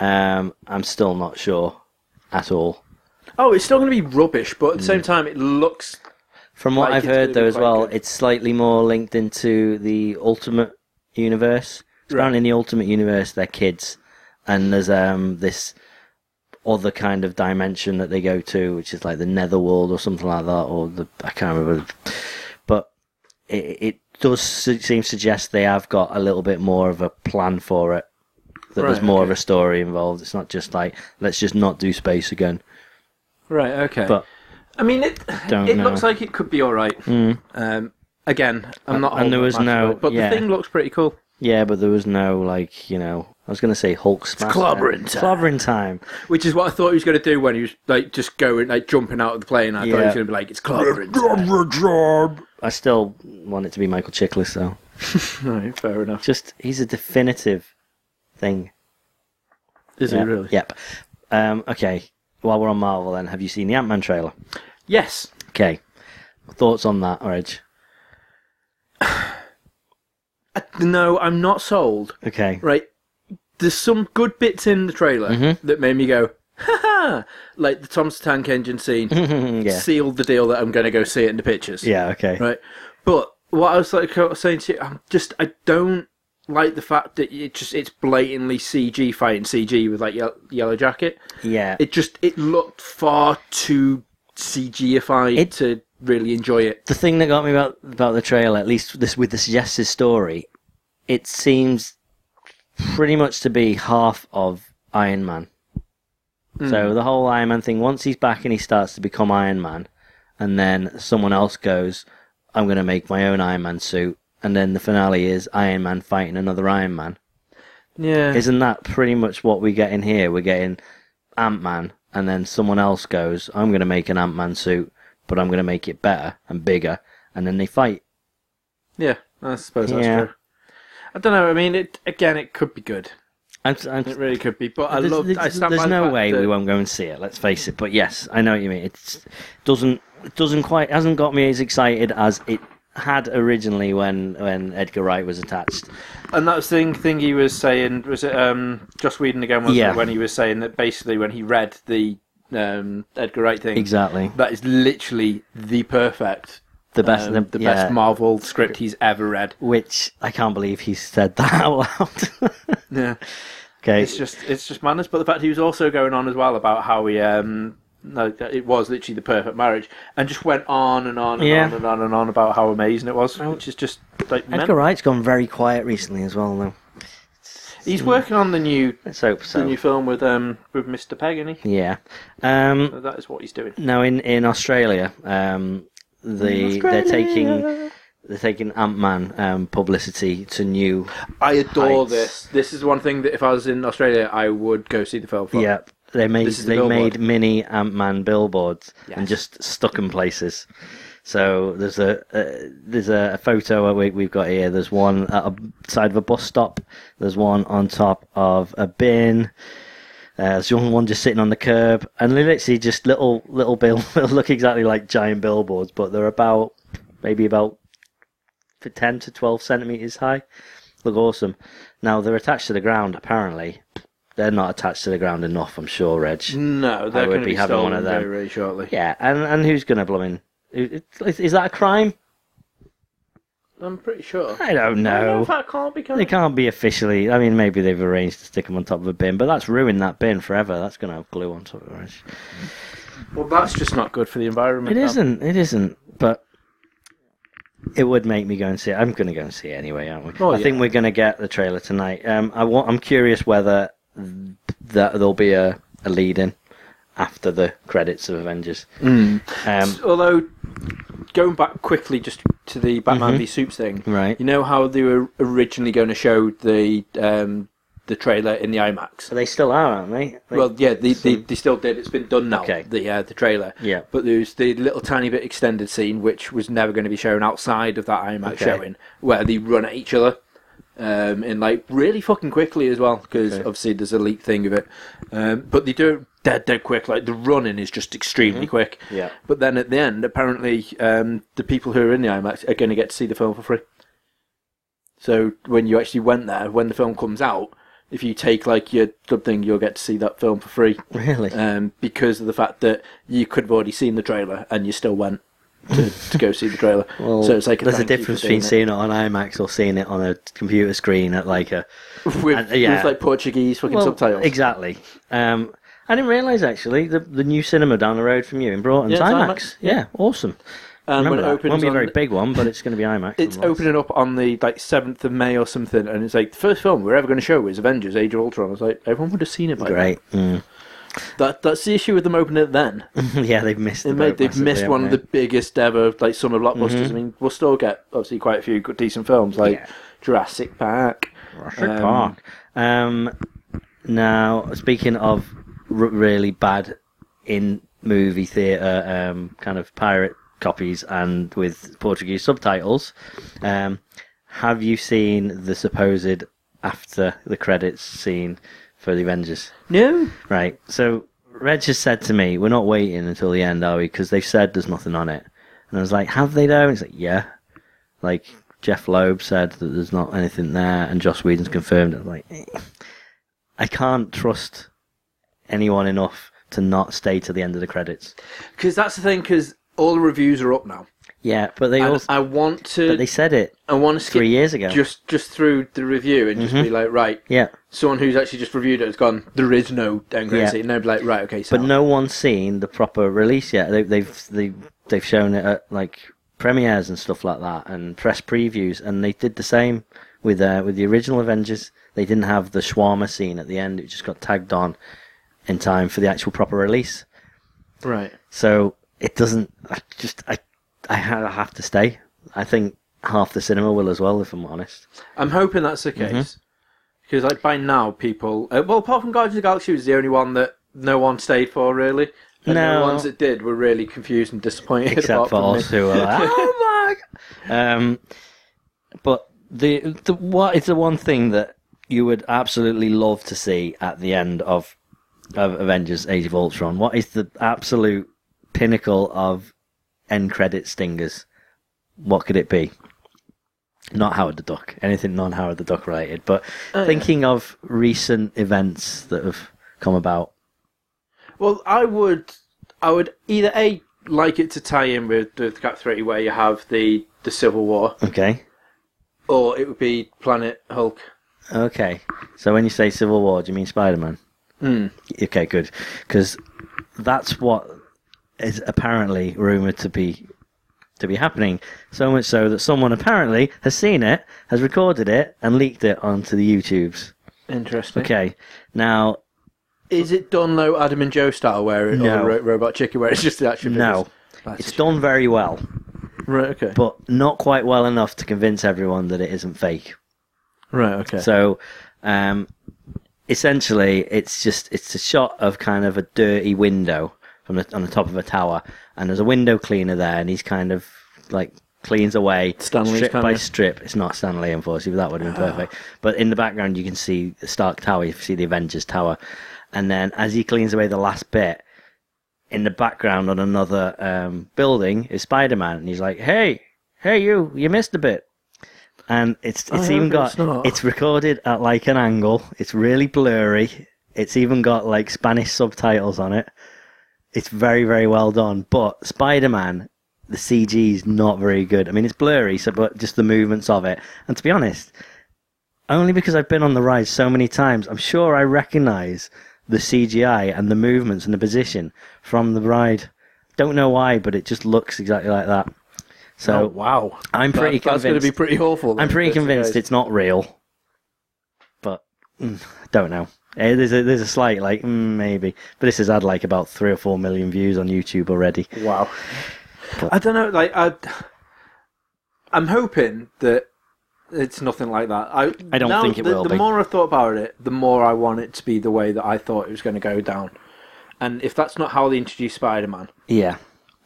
Um, I'm still not sure at all.
Oh, it's still going to be rubbish, but at the
Mm.
same time, it looks.
From what
Like,
I've
it's
heard
gonna
though,
be
as
quite
well,
good.
it's slightly more linked into the Ultimate Universe. Apparently, in the Ultimate Universe, they're kids, and there's um this other kind of dimension that they go to, which is like the Netherworld or something like that, or the I can't remember. But it, it does su- seem to suggest they have got a little bit more of a plan for it. That there's
Right,
more
okay.
of a story involved. It's not just like let's just not do space again.
Right. Okay.
But
I mean, it
Don't
it
know.
looks like it could be all right.
mm, Uh,
Um, again, I'm not.
And there
holding
was
up massive
no-
hope, but
yeah.
the thing looks pretty cool.
yeah, but there was no like you know I was gonna say Hulk smash.
clobbering time.
Clobbering time.
Which is what I thought he was going to do when he was like just going like jumping out of the plane. I thought he
Yeah.
was going to be like, "It's clobbering." time."
job.
I still want it to be Michael Chiklis though.
no, fair enough.
Just he's a definitive thing.
Is
Yeah.
it really?
Yep. Um, okay. While we're on Marvel, then have you seen the Ant Man trailer?
Yes.
Okay. Thoughts on that, Reg?
I, no, I'm not sold.
Okay.
Right. There's some good bits in the trailer
Mm-hmm.
that made me go, "Ha ha!" Like the Thomas the Tank Engine scene
Mm-hmm. yeah.
sealed the deal that I'm going to go see it in the pictures.
Yeah. Okay.
Right. But what I was like I was saying to you, I'm just I don't like the fact that it just it's blatantly CG fighting CG with like Ye- Yellow Jacket.
Yeah.
It just it looked far too CGified
It-
to really enjoy it.
the thing that got me about about the trailer, at least this with the suggested story, it seems pretty much to be half of Iron Man. So the whole Iron Man thing, once he's back and he starts to become Iron Man, and then someone else goes, "I'm going to make my own Iron Man suit," and then the finale is Iron Man fighting another Iron Man.
Yeah.
Isn't that pretty much what we get in here? We're getting Ant Man, and then someone else goes, I'm going to make an Ant Man suit, but I'm going to make it better and bigger, and then they fight.
yeah. I suppose that's
Yeah.
true. I don't know. I mean, it again, it could be good.
I'm, I'm,
It really could be. But I
there's
love. I
there's,
stand
there's
by the
no
fact
way
that-
we won't go and see it, let's face it. But yes, I know what you mean. It's, it doesn't, it doesn't quite, hasn't got me as excited as it had originally when, when Edgar Wright was attached.
And that thing thing he was saying was it um Joss Whedon again wasn't
Yeah.
it, when he was saying that basically when he read the um Edgar Wright thing
Exactly.
that is literally the perfect
The best,
um,
the,
the, best
yeah.
Marvel script he's ever read.
Which I can't believe he said that out loud.
Yeah.
okay.
It's just it's just madness. But the fact he was also going on as well about how he um no that it was literally the perfect marriage and just went on and on and
Yeah.
on and on and on about how amazing it was, which is just like
Edgar
men-
Wright's gone very quiet recently as well, though.
he's working on the new
Let's hope so.
the new film with um with Mr. Pegg, isn't he?
Yeah. Um,
So that is what he's doing.
now in in Australia, um, the they're taking they're taking Ant Man um, publicity to new.
I adore
heights.
this. This is one thing that if I was in Australia, I would go see the film for.
Yeah, they made
This is the
they made
billboard.
mini Ant Man billboards and
Yes.
just stuck in places. So there's a uh, there's a, a photo we, we've got here. There's one at a side of a bus stop. There's one on top of a bin. Uh, there's one one just sitting on the curb, and they're literally just little little bill look exactly like giant billboards, but they're about maybe about for ten to twelve centimeters high. Look awesome. Now they're attached to the ground. Apparently, they're not attached to the ground enough. I'm sure, Reg.
No,
I
they're
would
going to
be
be
having
stolen
one of them.
very, very shortly.
Yeah, and and who's gonna blooming? Is, is- is that a crime?
I'm pretty sure.
I don't
I don't know
know.
if that can't be
They
coming.
can't be officially. I mean, maybe they've arranged to stick them on top of a bin, but that's ruined that bin forever. That's gonna have glue on top of it. Reg.
Well, that's just not good for the environment.
It
no.
isn't. It isn't. But it would make me go and see it. I'm going to go and see it anyway, aren't we?
Oh,
I
yeah.
think we're going to get the trailer tonight. Um, I want, I'm curious whether th- that there'll be a, a lead in after the credits of Avengers.
Hmm.
Um,
Although, going back quickly just to the Batman v Soups thing,
Mm-hmm. right.
you know how they were originally going to show the um, the trailer in the IMAX.
So they still are, aren't they? They-
Well, yeah, they, they, they still did. It's been done now.
Mm-hmm. Okay.
The uh, the trailer.
Yeah.
But there's the little tiny bit extended scene which was never going to be shown outside of that IMAX
Okay.
showing, where they run at each other, um, and like really fucking quickly as well, because obviously there's a leak thing of it. Um, but they do it dead dead quick. Like the running is just extremely quick.
Mm-hmm. Yeah.
But then at the end, apparently, um, the people who are in the IMAX are going to get to see the film for free. So when you actually went there, when the film comes out, if you take like your club thing, you'll get to see that film for free
really?
um, because of the fact that you could have already seen the trailer and you still went to, to go see the trailer.
well,
so it's like
there's a
thank you for
difference
doing
between seeing it on IMAX or seeing it on a computer screen at like a
it. with,
and- yeah.
with like Portuguese fucking subtitles.
Exactly. Um, I didn't realise actually the the new cinema down the road from you in Broughton's
Yeah,
IMAX.
it's IMAX,
Yeah, awesome.
And
Remember
when it
that.
opens
Won't be a
on-
very big one, but it's going to be IMAX.
It's
otherwise.
opening up on the like seventh of May or something, and it's like the first film we're ever going to show is Avengers: Age of Ultron. I was like, everyone would have seen it by now.
Great. Mm.
That that's the issue with them opening it then.
yeah, they've missed.
They
the
made,
boat
they've
massively,
missed one of the
haven't
biggest ever like summer blockbusters. I mean, we'll still get obviously quite a few good, decent films like
Yeah.
Jurassic Park.
they? Jurassic
um,
Park. Um, now, speaking of r- really bad in movie theatre, um, kind of pirate copies and with Portuguese subtitles, um, have you seen the supposed after the credits scene for the Avengers?
No,
Right. So Reg has said to me, "We're not waiting until the end, are we? Because they've said there's nothing on it." And I was like, "Have they though?" And he's like, "Yeah." Like Jeff Loeb said that there's not anything there, and Joss Whedon's confirmed. it. I was like, eh. I can't trust anyone enough to not stay to the end of the credits.
because that's the thing. Because all the reviews are up now.
Yeah, but they
And
also
I want to.
but they said it
I want to skip
three years ago. Mm-hmm.
just just through the review and just be like, right,
yeah,
someone who's actually just reviewed it has gone. There is no end credit
Yeah.
scene. And they'd be like, right, okay, so
but no one's seen the proper release yet. They, they've they, they've shown it at like premieres and stuff like that, and press previews, and they did the same with uh, with the original Avengers. They didn't have the shawarma scene at the end; it just got tagged on in time for the actual proper release.
right.
So it doesn't. I just I I ha- I have to stay. I think half the cinema will as well, if I'm honest.
I'm hoping that's the
Mm-hmm.
case. Because like by now, people uh, well, apart from Guardians of the Galaxy, was the only one that no one stayed for really. And
No.
the ones that did were really confused and disappointed.
except
apart
for
from me.
us who are like, oh my! God." Um, but the the what is the one thing that you would absolutely love to see at the end of of Avengers: Age of Ultron? What is the absolute pinnacle of end credit stingers? What could it be? Not Howard the Duck. Anything non Howard the Duck related, but
Oh, yeah.
thinking of recent events that have come about.
Well, I would, I would either a like it to tie in with, with Cap Thirty, where you have the the Civil War,
Okay.
or it would be Planet Hulk.
Okay. So when you say Civil War, do you mean Spider Man?
Mm.
Okay, good. Because that's what is apparently rumored to be to be happening. So much so that someone apparently has seen it, has recorded it, and leaked it onto the YouTubes.
Interesting.
Okay. Now,
Is it done low Adam and Joe style, where it,
No.
or Ro- Robot Chicken, where it's just the action?
No.
figures? That's
it's
a
done very well,
shame. Right. Okay.
but not quite well enough to convince everyone that it isn't fake.
right. Okay.
So, um, essentially, it's just it's a shot of kind of a dirty window from the, on the top of a tower, and there's a window cleaner there, and he's kind of like cleans away
Stanley's
strip by
camera.
strip. It's not Stanley, unfortunately, but that would have been perfect. But in the background, you can see the Stark Tower, you can see the Avengers Tower, and then as he cleans away the last bit. In the background on another um, building is Spider Man, and he's like, "Hey, hey, you, you missed a bit." and it's
I
it's
hope
even got
it's not.
it's recorded at like an angle. It's really blurry. It's even got like Spanish subtitles on it. It's very very well done. But Spider Man, the CG is not very good. I mean, it's blurry, so but just the movements of it. And to be honest, only because I've been on the ride so many times, I'm sure I recognise the CGI and the movements and the position from the ride. Don't know why, but it just looks exactly like that. So
oh, wow.
I'm
That-
pretty
That's going to
convinced.
be pretty awful. then,
I'm
if
pretty
that's the
convinced
case.
it's not real, but mm, don't know. Eh, There's a there's a slight like mm, maybe, but this has had like about three or four million views on YouTube already.
wow. I don't know. Like I, I'm hoping that it's nothing like that. I
I don't
now
think it
the,
will
The
be.
more I thought about it, the more I want it to be the way that I thought it was going to go down. And if that's not how they introduce Spider-Man,
Yeah,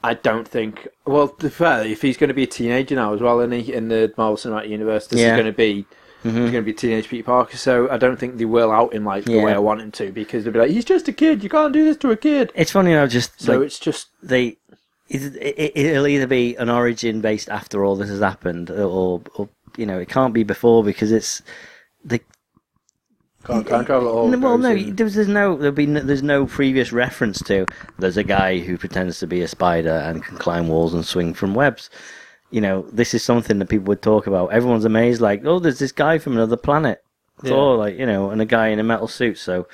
I don't think. Well, to be fair, if he's going to be a teenager now as well, and he in the Marvel Cinematic Universe, this
Yeah. Mm-hmm.
is going to be. He's going to be teenage Peter Parker, so I don't think they will out him like the
Yeah.
way I want him to, because they'll be like, "He's just a kid. You can't do this to a kid."
it's funny how just
So
like,
it's just
they it, it, it'll either be an origin based after all this has happened, or, or you know it can't be before because it's the
can't, can't travel at all.
No, well,
goes
no,
in.
there's, there's no, there'll be no, there's no previous reference to. There's a guy who pretends to be a spider and can climb walls and swing from webs. You know, this is something that people would talk about. Everyone's amazed, like, oh, there's this guy from another planet, Thor, like you know, and a guy in a metal suit. So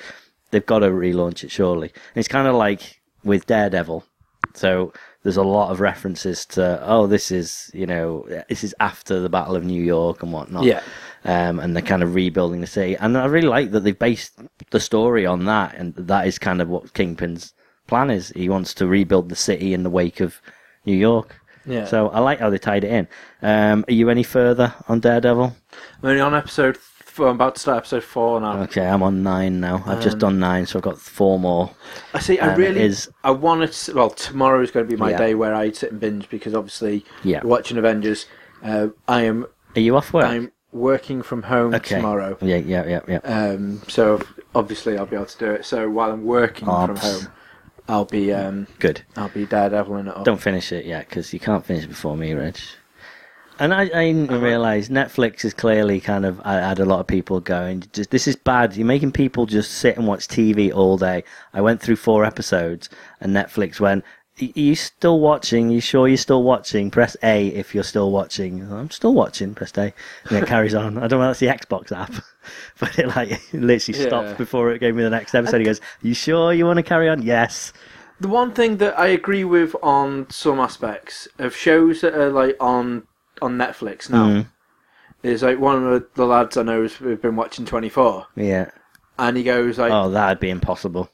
they've got to relaunch it surely. And it's kind of like with Daredevil. So there's a lot of references to oh, this is you know this is after the Battle of New York and whatnot.
Yeah.
Um, and they're kind of rebuilding the city, and I really like that they've based the story on that, and that is kind of what Kingpin's plan is. He wants to rebuild the city in the wake of New York.
Yeah.
So I like how they tied it in. Um, are you any further on Daredevil?
We're only on episode. Four, I'm about to start episode four now.
Okay, I'm on nine now. I've
Um,
just done nine, so I've got four more.
I see.
and
I
it
really
is-
I want to. Well, tomorrow is going to be my
Yeah.
day where I sit and binge because obviously,
Yeah.
watching Avengers. Uh, I am.
Are you off work?
I'm working from home tomorrow.
Yeah, yeah, yeah, yeah.
Um, so obviously I'll be able to do it. So while I'm working from
Obs.
home, I'll be um,
Good.
I'll be daredeviling it up.
Don't finish it yet because you can't finish it before me, Rich. And I, I didn't realize Netflix is clearly kind of. I had a lot of people going, just, "This is bad. You're making people just sit and watch TV all day." I went through four episodes, and Netflix went, "Are you still watching? you sure you're still watching? Press A if you're still watching." I'm still watching. Press A, and it carries on. I don't know. That's the Xbox app, but it like it literally
Yeah.
stopped before it gave me the next episode. He goes, "You sure you want to carry on?" Yes.
The one thing that I agree with on some aspects of shows that are like on on Netflix now is like one of the lads I know has been watching Twenty Four,
Yeah.
and he goes like,
Oh, that'd be impossible.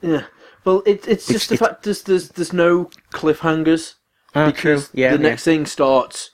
yeah. Well, it, it's just the
it's-
fact there's, there's there's no cliffhangers
Oh,
because
true. Yeah,
the
yeah.
next thing starts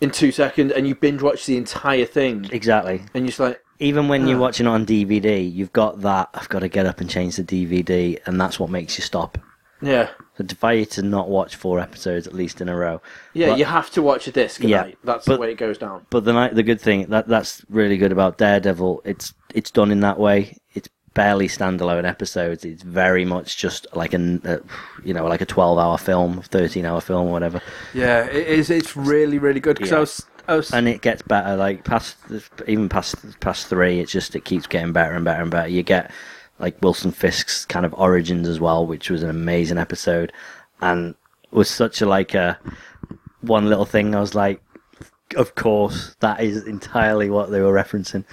in two seconds and you binge watch the entire thing
Exactly.
and you're just like
Even when
Ah.
you're watching it on DVD, you've got that. I've got to get up and change the DVD, and that's what makes you stop.
yeah
So defy you to not watch four episodes at least in a row.
yeah
But-
you have to watch a disc at
Yeah,
night. that's the
but-
way it goes down
But the night, the good thing that that's really good about Daredevil, it's it's done in that way. It's barely standalone episodes. It's very much just like an, uh, you know, like a twelve-hour film, thirteen-hour film, or whatever.
yeah it is it's really really good because
Yeah.
I was I was
and it gets better. Like past, even past past three, it's just it keeps getting better and better and better. You get like Wilson Fisk's kind of origins as well, which was an amazing episode, and was such a like a one little thing. I was like, of course, that is entirely what they were referencing.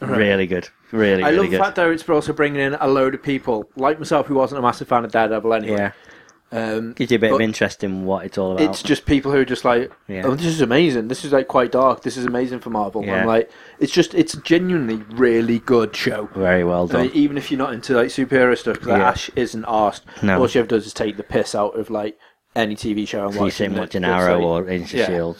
Really good, really,
Uh-huh. I
really
love the
good.
fact though it's also bringing in a load of people like myself who wasn't a massive fan of Daredevil anyway.
yeah,
Um,
gives you a bit of
But-
interest in what it's all about.
it's just people who are just like,
Yeah.
oh, this is amazing. This is like quite dark. This is amazing for Marvel.
Yeah.
I'm like, it's just it's genuinely really good show.
very well
I
done.
mean, even if you're not into like superhero stuff, 'cause, like,
Yeah.
Ash isn't asked.
No.
All she ever does is take the piss out of like any TV show I'm
So you
watching.
see him
that
watching
looks
Arrow
like-
or Agents of
yeah.
Shield.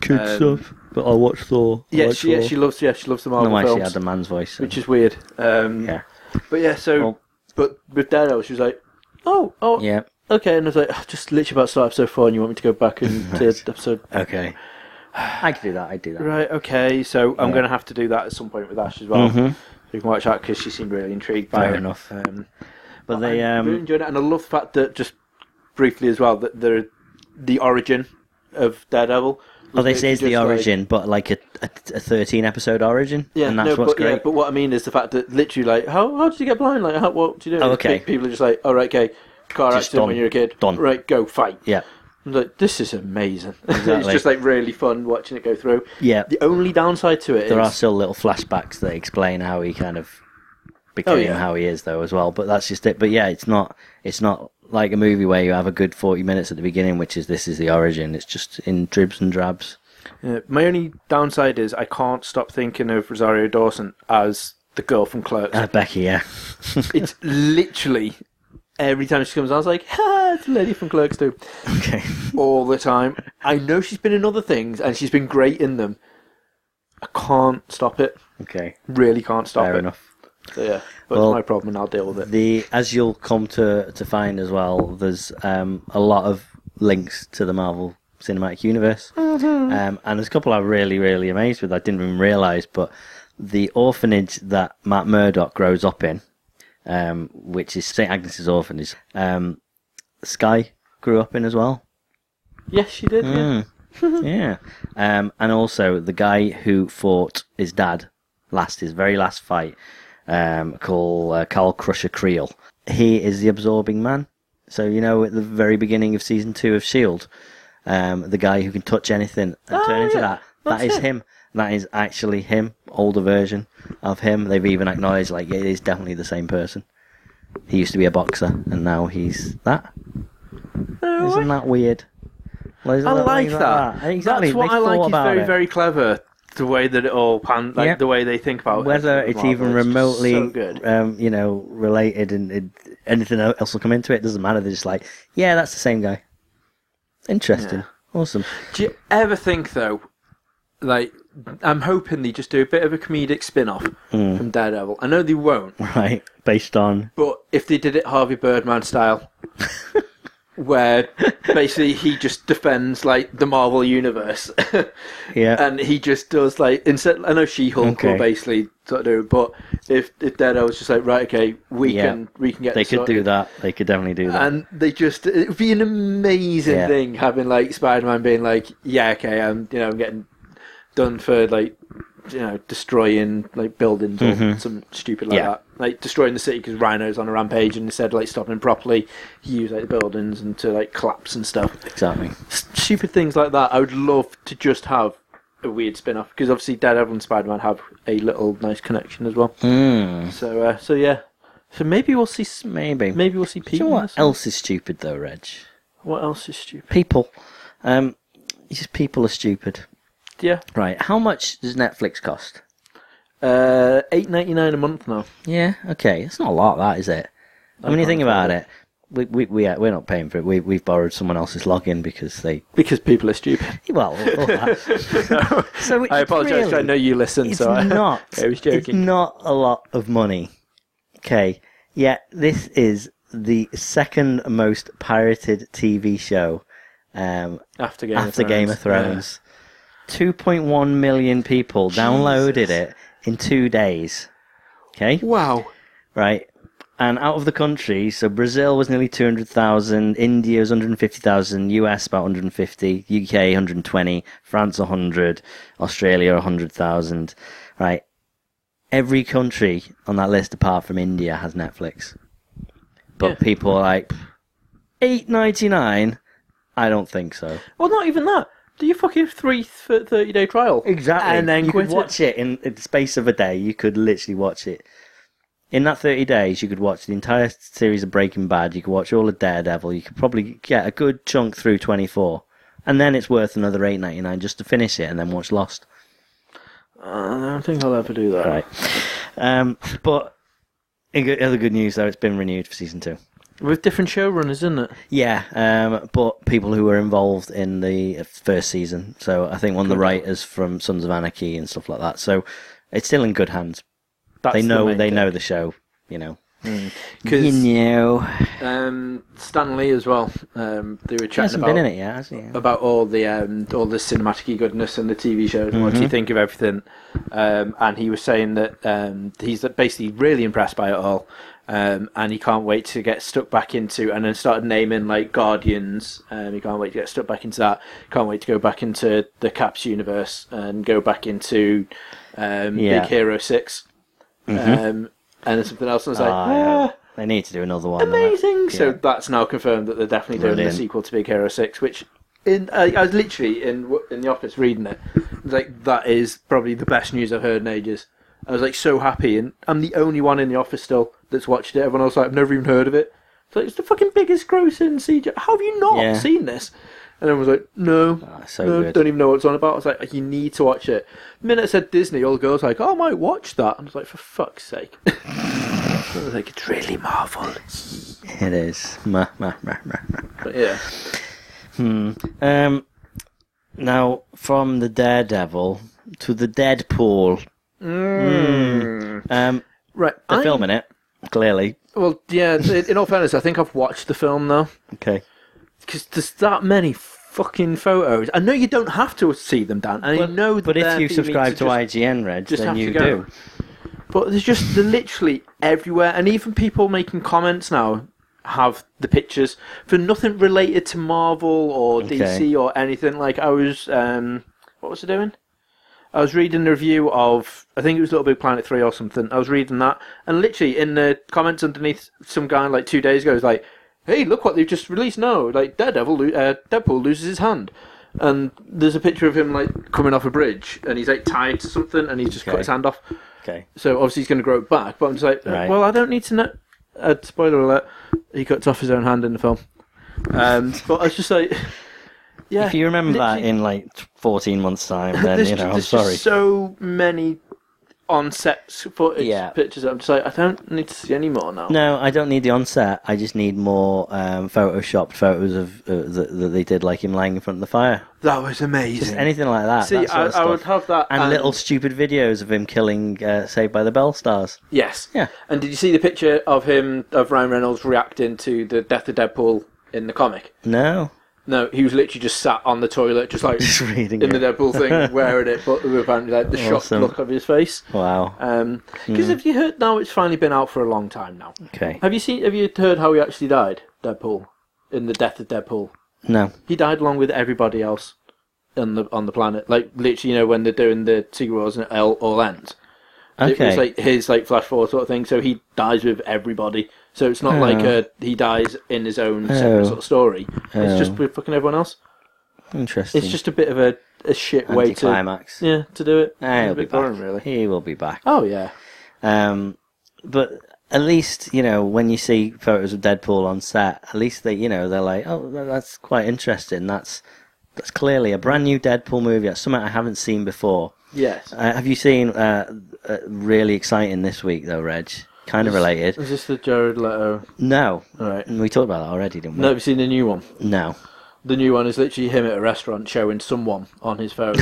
Kid
Um,
stuff, but I watch Thor. I
yeah,
like
she, yeah,
Thor.
she loves yeah she loves the
I don't
Marvel
know why she
films,
had a man's voice.
which is weird. Um,
yeah,
But yeah, so
Well-
but with Daredevil, she was like, oh oh
yeah,
Okay, and I was like, "Oh, just literally about to start episode four, and you want me to go back and to episode.
okay. I could do that. I do that.
Right, okay, so I'm
Yeah.
going to have to do that at some point with Ash as well.
Mhm.
You can watch that because she seemed really intrigued by
Fair
it.
enough.
Um,
But they,
I really
um,
enjoyed it, and I love the fact that, just briefly as well, that the, the origin of Daredevil.
well, Oh, this
literally
is the
just like-
origin, but like a, a, a thirteen episode origin,
yeah,
and that's
no,
what's
but,
great.
Yeah, but what I mean is the fact that literally, like, how, how did you get blind? Like, how, what do you do?
Oh, okay.
People are just like, all right, okay, car
Just
accident
done.
when you're a kid.
Done.
Right, go fight.
yeah,
I'm like, this is amazing. it's
Exactly.
just like really fun watching it go through.
yeah.
The only downside to it is
There are still little flashbacks that explain how he kind of became
Oh, yeah.
how he is, though, as well. But that's just it. But yeah, it's not it's not like a movie where you have a good forty minutes at the beginning, which is this is the origin. It's just in dribs and drabs.
Yeah, my only downside is I can't stop thinking of Rosario Dawson as the girl from Clerks.
Uh, Becky, yeah,
it's literally every time she comes, on, I was like, "Ha, it's the lady from Clerks too,"
okay.
all the time. I know she's been in other things and she's been great in them. I can't stop it.
Okay,
Really can't stop
fair
it.
enough.
So, yeah, but
Well-
it's my problem, and I'll deal with it.
the as you'll come to to find as well there's um a lot of links to the marvel cinematic universe um and there's a couple i'm really really amazed with i didn't even realize but the orphanage that matt murdock grows up in um which is st agnes's orphanage um sky grew up in as well
Yes, she did. Yeah.
Mm. yeah. Um, and also the guy who fought his dad last, his very last fight, um, called uh, Carl Crusher Creel. He is the absorbing man. So you know, at the very beginning of season two of Shield, E um, the guy who can touch anything and
Oh,
turn into
yeah.
that. That
That's
is
it.
him. That is actually him. Older version of him. They've even acknowledged like it is definitely the same person. He used to be a boxer and now he's that. Isn't that weird? Isn't
Oh, I
that-
like
isn't
that.
Exactly.
That's what
they
I like.
thought
Is
about
very
it.
very clever. The way that it all pan, like
Yeah.
the way they think about
Whether
it
it's
Marvel,
even
just
remotely,
so good.
Um, you know, related and, and anything else will come into it, doesn't matter. They're just like, yeah, that's the same guy. Interesting. Awesome.
Do you ever think though, like I'm hoping they just do a bit of a comedic spin-off
Mm.
from Daredevil. I know they won't,
Right. Based on.
but if they did it Harvey Birdman style, where basically he just defends like the Marvel universe,
Yeah.
and he just does like instead. I know She Hulk
Okay.
will basically sort of do, it, but if if Daredevil's just like right, okay, we
Yeah.
can we can get
they
this
could
sorted.
do that. They could definitely do that.
And they just it would be an amazing
Yeah.
thing having like Spider Man being like, Yeah, okay, I'm you know, I'm getting done for like you know, destroying like buildings or some stupid like
Mm-hmm. Yeah.
that. Like destroying the city because Rhino's on a rampage and instead of like stopping him properly, he used like the buildings and to like collapse and stuff.
exactly.
S- Stupid things like that. I would love to just have a weird spin off because obviously Daredevil and Spider Man have a little nice connection as well.
Hmm.
So uh, so yeah. So maybe we'll see s-
Maybe. Maybe.
maybe we'll see
Do you
people.
know what else is stupid though, Reg?
What else is stupid?
People. Um, it's just people are stupid.
Yeah.
Right. How much does Netflix cost?
Uh, eight ninety nine a month now.
Yeah, okay. It's not a lot, that is it. I mean, you think about it. We we we uh, we're not paying for it. We we've borrowed someone else's login because they
Because people are stupid.
well. all that. so it's
I apologise.
Really,
I know you listen,
it's
so I,
not.
I
It's
was joking.
not a lot of money. Okay. Yeah, this is the second most pirated TV show um,
after Game
after
of Thrones.
Game of Thrones. 2.1 million people downloaded it in two days. Okay.
Yeah. Wow.
right? And out of the country, so Brazil was nearly 200,000, India was 150,000, US about 150, UK 120, France 100, Australia 100,000, right? Every country on that list apart from India has Netflix. But
Yeah.
people are like, 8.99? I don't think so.
Well, not even that. Do you fucking three th- thirty day trial? And then
you
quit
could watch it in, in the space of a day. You could literally watch it. In that 30 days, you could watch the entire series of Breaking Bad. You could watch all of Daredevil. You could probably get a good chunk through 24. And then it's worth another 8.99 just to finish it and then watch Lost.
it. Uh, I don't think I'll ever do that.
Right. Um, but in good- other good news, though, it's been renewed for season two.
With different showrunners, isn't it?
Yeah, um, but people who were involved in the first season. So I think one of the writers from Sons of Anarchy and stuff like that. So it's still in good hands.
That's
they
the
know
main
they
thing.
know the show you know
'Cause,
know
um, Stan Lee as well. Um, they were
he
chatting
hasn't
about
been in it yet has he
about all the um, all the cinematic goodness and the TV shows and what
Mm-hmm.
you think of everything. Um, and he was saying that um, he's basically really impressed by it all, um, and he can't wait to get stuck back into and then started naming like Guardians. Um, he can't wait to get stuck back into that. Can't wait to go back into the Caps universe and go back into um,
Yeah. Mm-hmm.
Big Hero 6 um, and then something else. And I was like,
Ah, yeah.
"Ah,
they need to do another one on it.
amazing. So
Yeah.
that's now confirmed that they're definitely doing
Brilliant.
the sequel to Big Hero Six, which in I, I was literally in w- in the office reading it, like that is probably the best news I've heard in ages. I was like so happy, and I'm the only one in the office still that's watched it. Everyone else like I've never even heard of it. It's like it's the fucking biggest grossing CG. How have you not
Yeah.
seen this? And everyone was like, no,
Ah, so
no,
good.
don't even know what it's on about. I was like, you need to watch it. The minute I said Disney, all the girls were like, oh, I might watch that. I was like, for fuck's sake. I was like, it's really Marvel.
it is ma, ma, ma, ma, ma.
But yeah.
um now from the daredevil to the deadpool mm. um
Right.
they're
Hmm. I'm-
filming it clearly
Well, yeah, th- in all fairness, I think I've watched the film now.
okay
Because there's that many fucking photos. I know you don't have to see them, Dan. I know
but if
they're
you
for
subscribe to,
just-
ign reg
just
then
have to
you
go.
do
But there's just, they're literally everywhere. And even people making comments now have the pictures for nothing related to Marvel or
Okay.
DC or anything. Like, I was, um, what was I doing? I was reading the review of, I think it was Little Big Planet 3 or something. I was reading that, and literally in the comments underneath, some guy like two days ago was like, hey, look what they've just released now. Like, Daredevil, lo- uh, Deadpool loses his hand. And there's a picture of him, like, coming off a bridge, and he's, like, tied to something, and he's just
Okay.
cut his hand off.
okay
So obviously he's going to grow it back, but I'm just like,
Right.
Uh, well, I don't need to know. Uh, spoiler alert, he cuts off his own hand in the film. Um, but I was just like, yeah.
If you remember that
literally-
in like t- 14 months' time, then
there's,
you know, I'm
there's
sorry.
Just so many on set footage
Yeah.
pictures. I'm just like, I don't need to see any more now.
No, I don't need the onset. I just need more um, photoshopped photos of uh, that, that they did, like him lying in front of the fire.
That was amazing.
Just anything like that.
See,
that sort
I,
of
I would
stuff.
have that
and, little stupid videos of him killing uh, Saved by the Bell stars.
Yes.
Yeah.
And did you see the picture of him of Ryan Reynolds reacting to the death of Deadpool in the comic?
No,
No, he was literally just sat on the toilet, just like
just reading
in the
it.
Deadpool thing, wearing it, but with apparently like the shocked
Awesome. Mm.
look of his face.
Wow.
Because have you heard now? It's finally been out for a long time now.
Okay.
Have you seen? Have you heard how he actually died, Deadpool, in the death of Deadpool?
No.
He died along with everybody else on the on the planet. Like literally, you know, when they're doing the Secret Wars and it all, all ends. It
Okay.
was like his like flash forward sort of thing. So he dies with everybody. So it's not like
Oh.
uh he dies in his own separate
Oh.
sort of story. It's just
Oh.
with fucking everyone else.
Interesting.
It's just a bit of a, a shit way to
anticlimax.
yeah to do it.
Ah,
It's
he'll
a
be
bit
back.
boring, really.
He will be back.
Oh yeah,
Um, but at least you know when you see photos of Deadpool on set, at least they you know they're like, oh, tha- that's quite interesting. That's that's clearly a brand new Deadpool movie. That's something I haven't seen before.
yes.
Uh, have you seen uh, uh, really exciting this week though, Reg? Kind of related.
Is this the Jared Leto?
No,
All right.
we talked about that already, didn't we?
No, have you seen the new one?
No.
The new one is literally him at a restaurant showing someone on his phone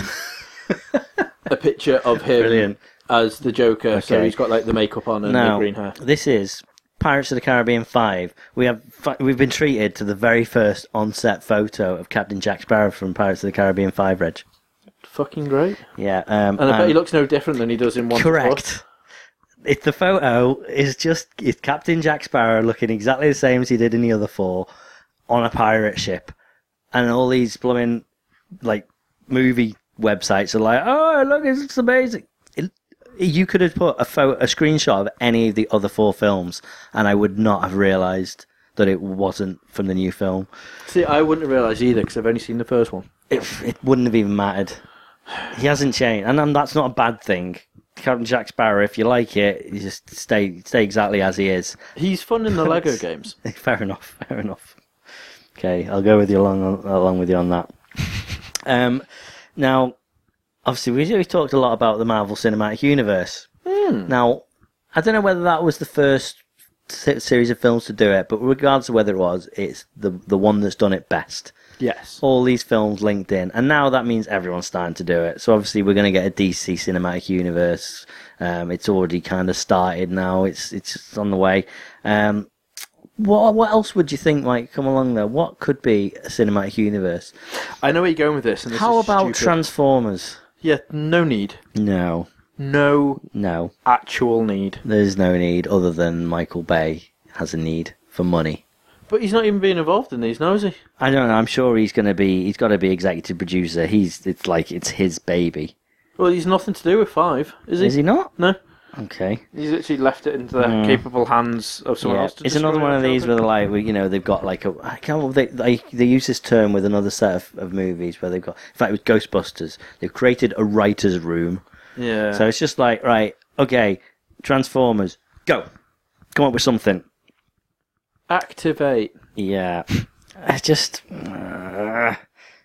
a picture of him
Brilliant.
as the Joker. So
Okay.
he's got like the makeup on and the
Now,
green hair.
this is Pirates of the Caribbean 5. We have fi- we've been treated to the very first on-set photo of Captain Jack Sparrow from Pirates of the Caribbean 5, Reg.
Fucking great.
Yeah, um,
And I bet
um,
he looks no different than he does in one.
correct. If the photo is just is Captain Jack Sparrow looking exactly the same as he did in the other four on a pirate ship, and all these blooming like movie websites are like, oh look, it's it's amazing. It, you could have put a photo, a screenshot of any of the other four films, and I would not have realised that it wasn't from the new film.
See, I wouldn't realise either because I've only seen the first one.
It, it wouldn't have even mattered. He hasn't changed, and, and that's not a bad thing. Captain Jack Sparrow, if you like it, you just stay stay exactly as he is.
He's fun in the Lego games.
Fair enough. Fair enough. Okay, I'll go with you along along with you on that. Um, now, obviously, we we talked a lot about the Marvel Cinematic Universe. Now, I don't know whether that was the first se- series of films to do it, but regardless of whether it was, it's the the one that's done it best
Yes.
all these films linked in, and now that means everyone's starting to do it. So obviously, we're going to get a DC cinematic universe. Um, it's already kind of started now. It's it's just on the way. Um, what what else would you think might come along there? What could be a cinematic universe?
I know where you're going with this. And this
How
is
about
stupid.
Transformers?
Yeah, no need.
No,
No
no,
actual need.
there's no need other than Michael Bay has a need for money.
But he's not even being involved in these now, is he?
I don't know. I'm sure he's going to be. He's got to be executive producer. He's it's like it's his baby.
Well, he's nothing to do with five, is he?
Is he not?
No.
Okay.
He's literally left it into the capable hands of someone
Yeah,
else. To
it's another
destroy
one of
it, I
these where
think.
they're like, well, you know, they've got like a. I can't. remember- They they, they use this term with another set of, of movies where they've got. In fact, it was Ghostbusters. They've created a writers' room,
yeah.
so it's just like, right, okay, Transformers, go, come up with something.
activate.
Yeah, it's just uh,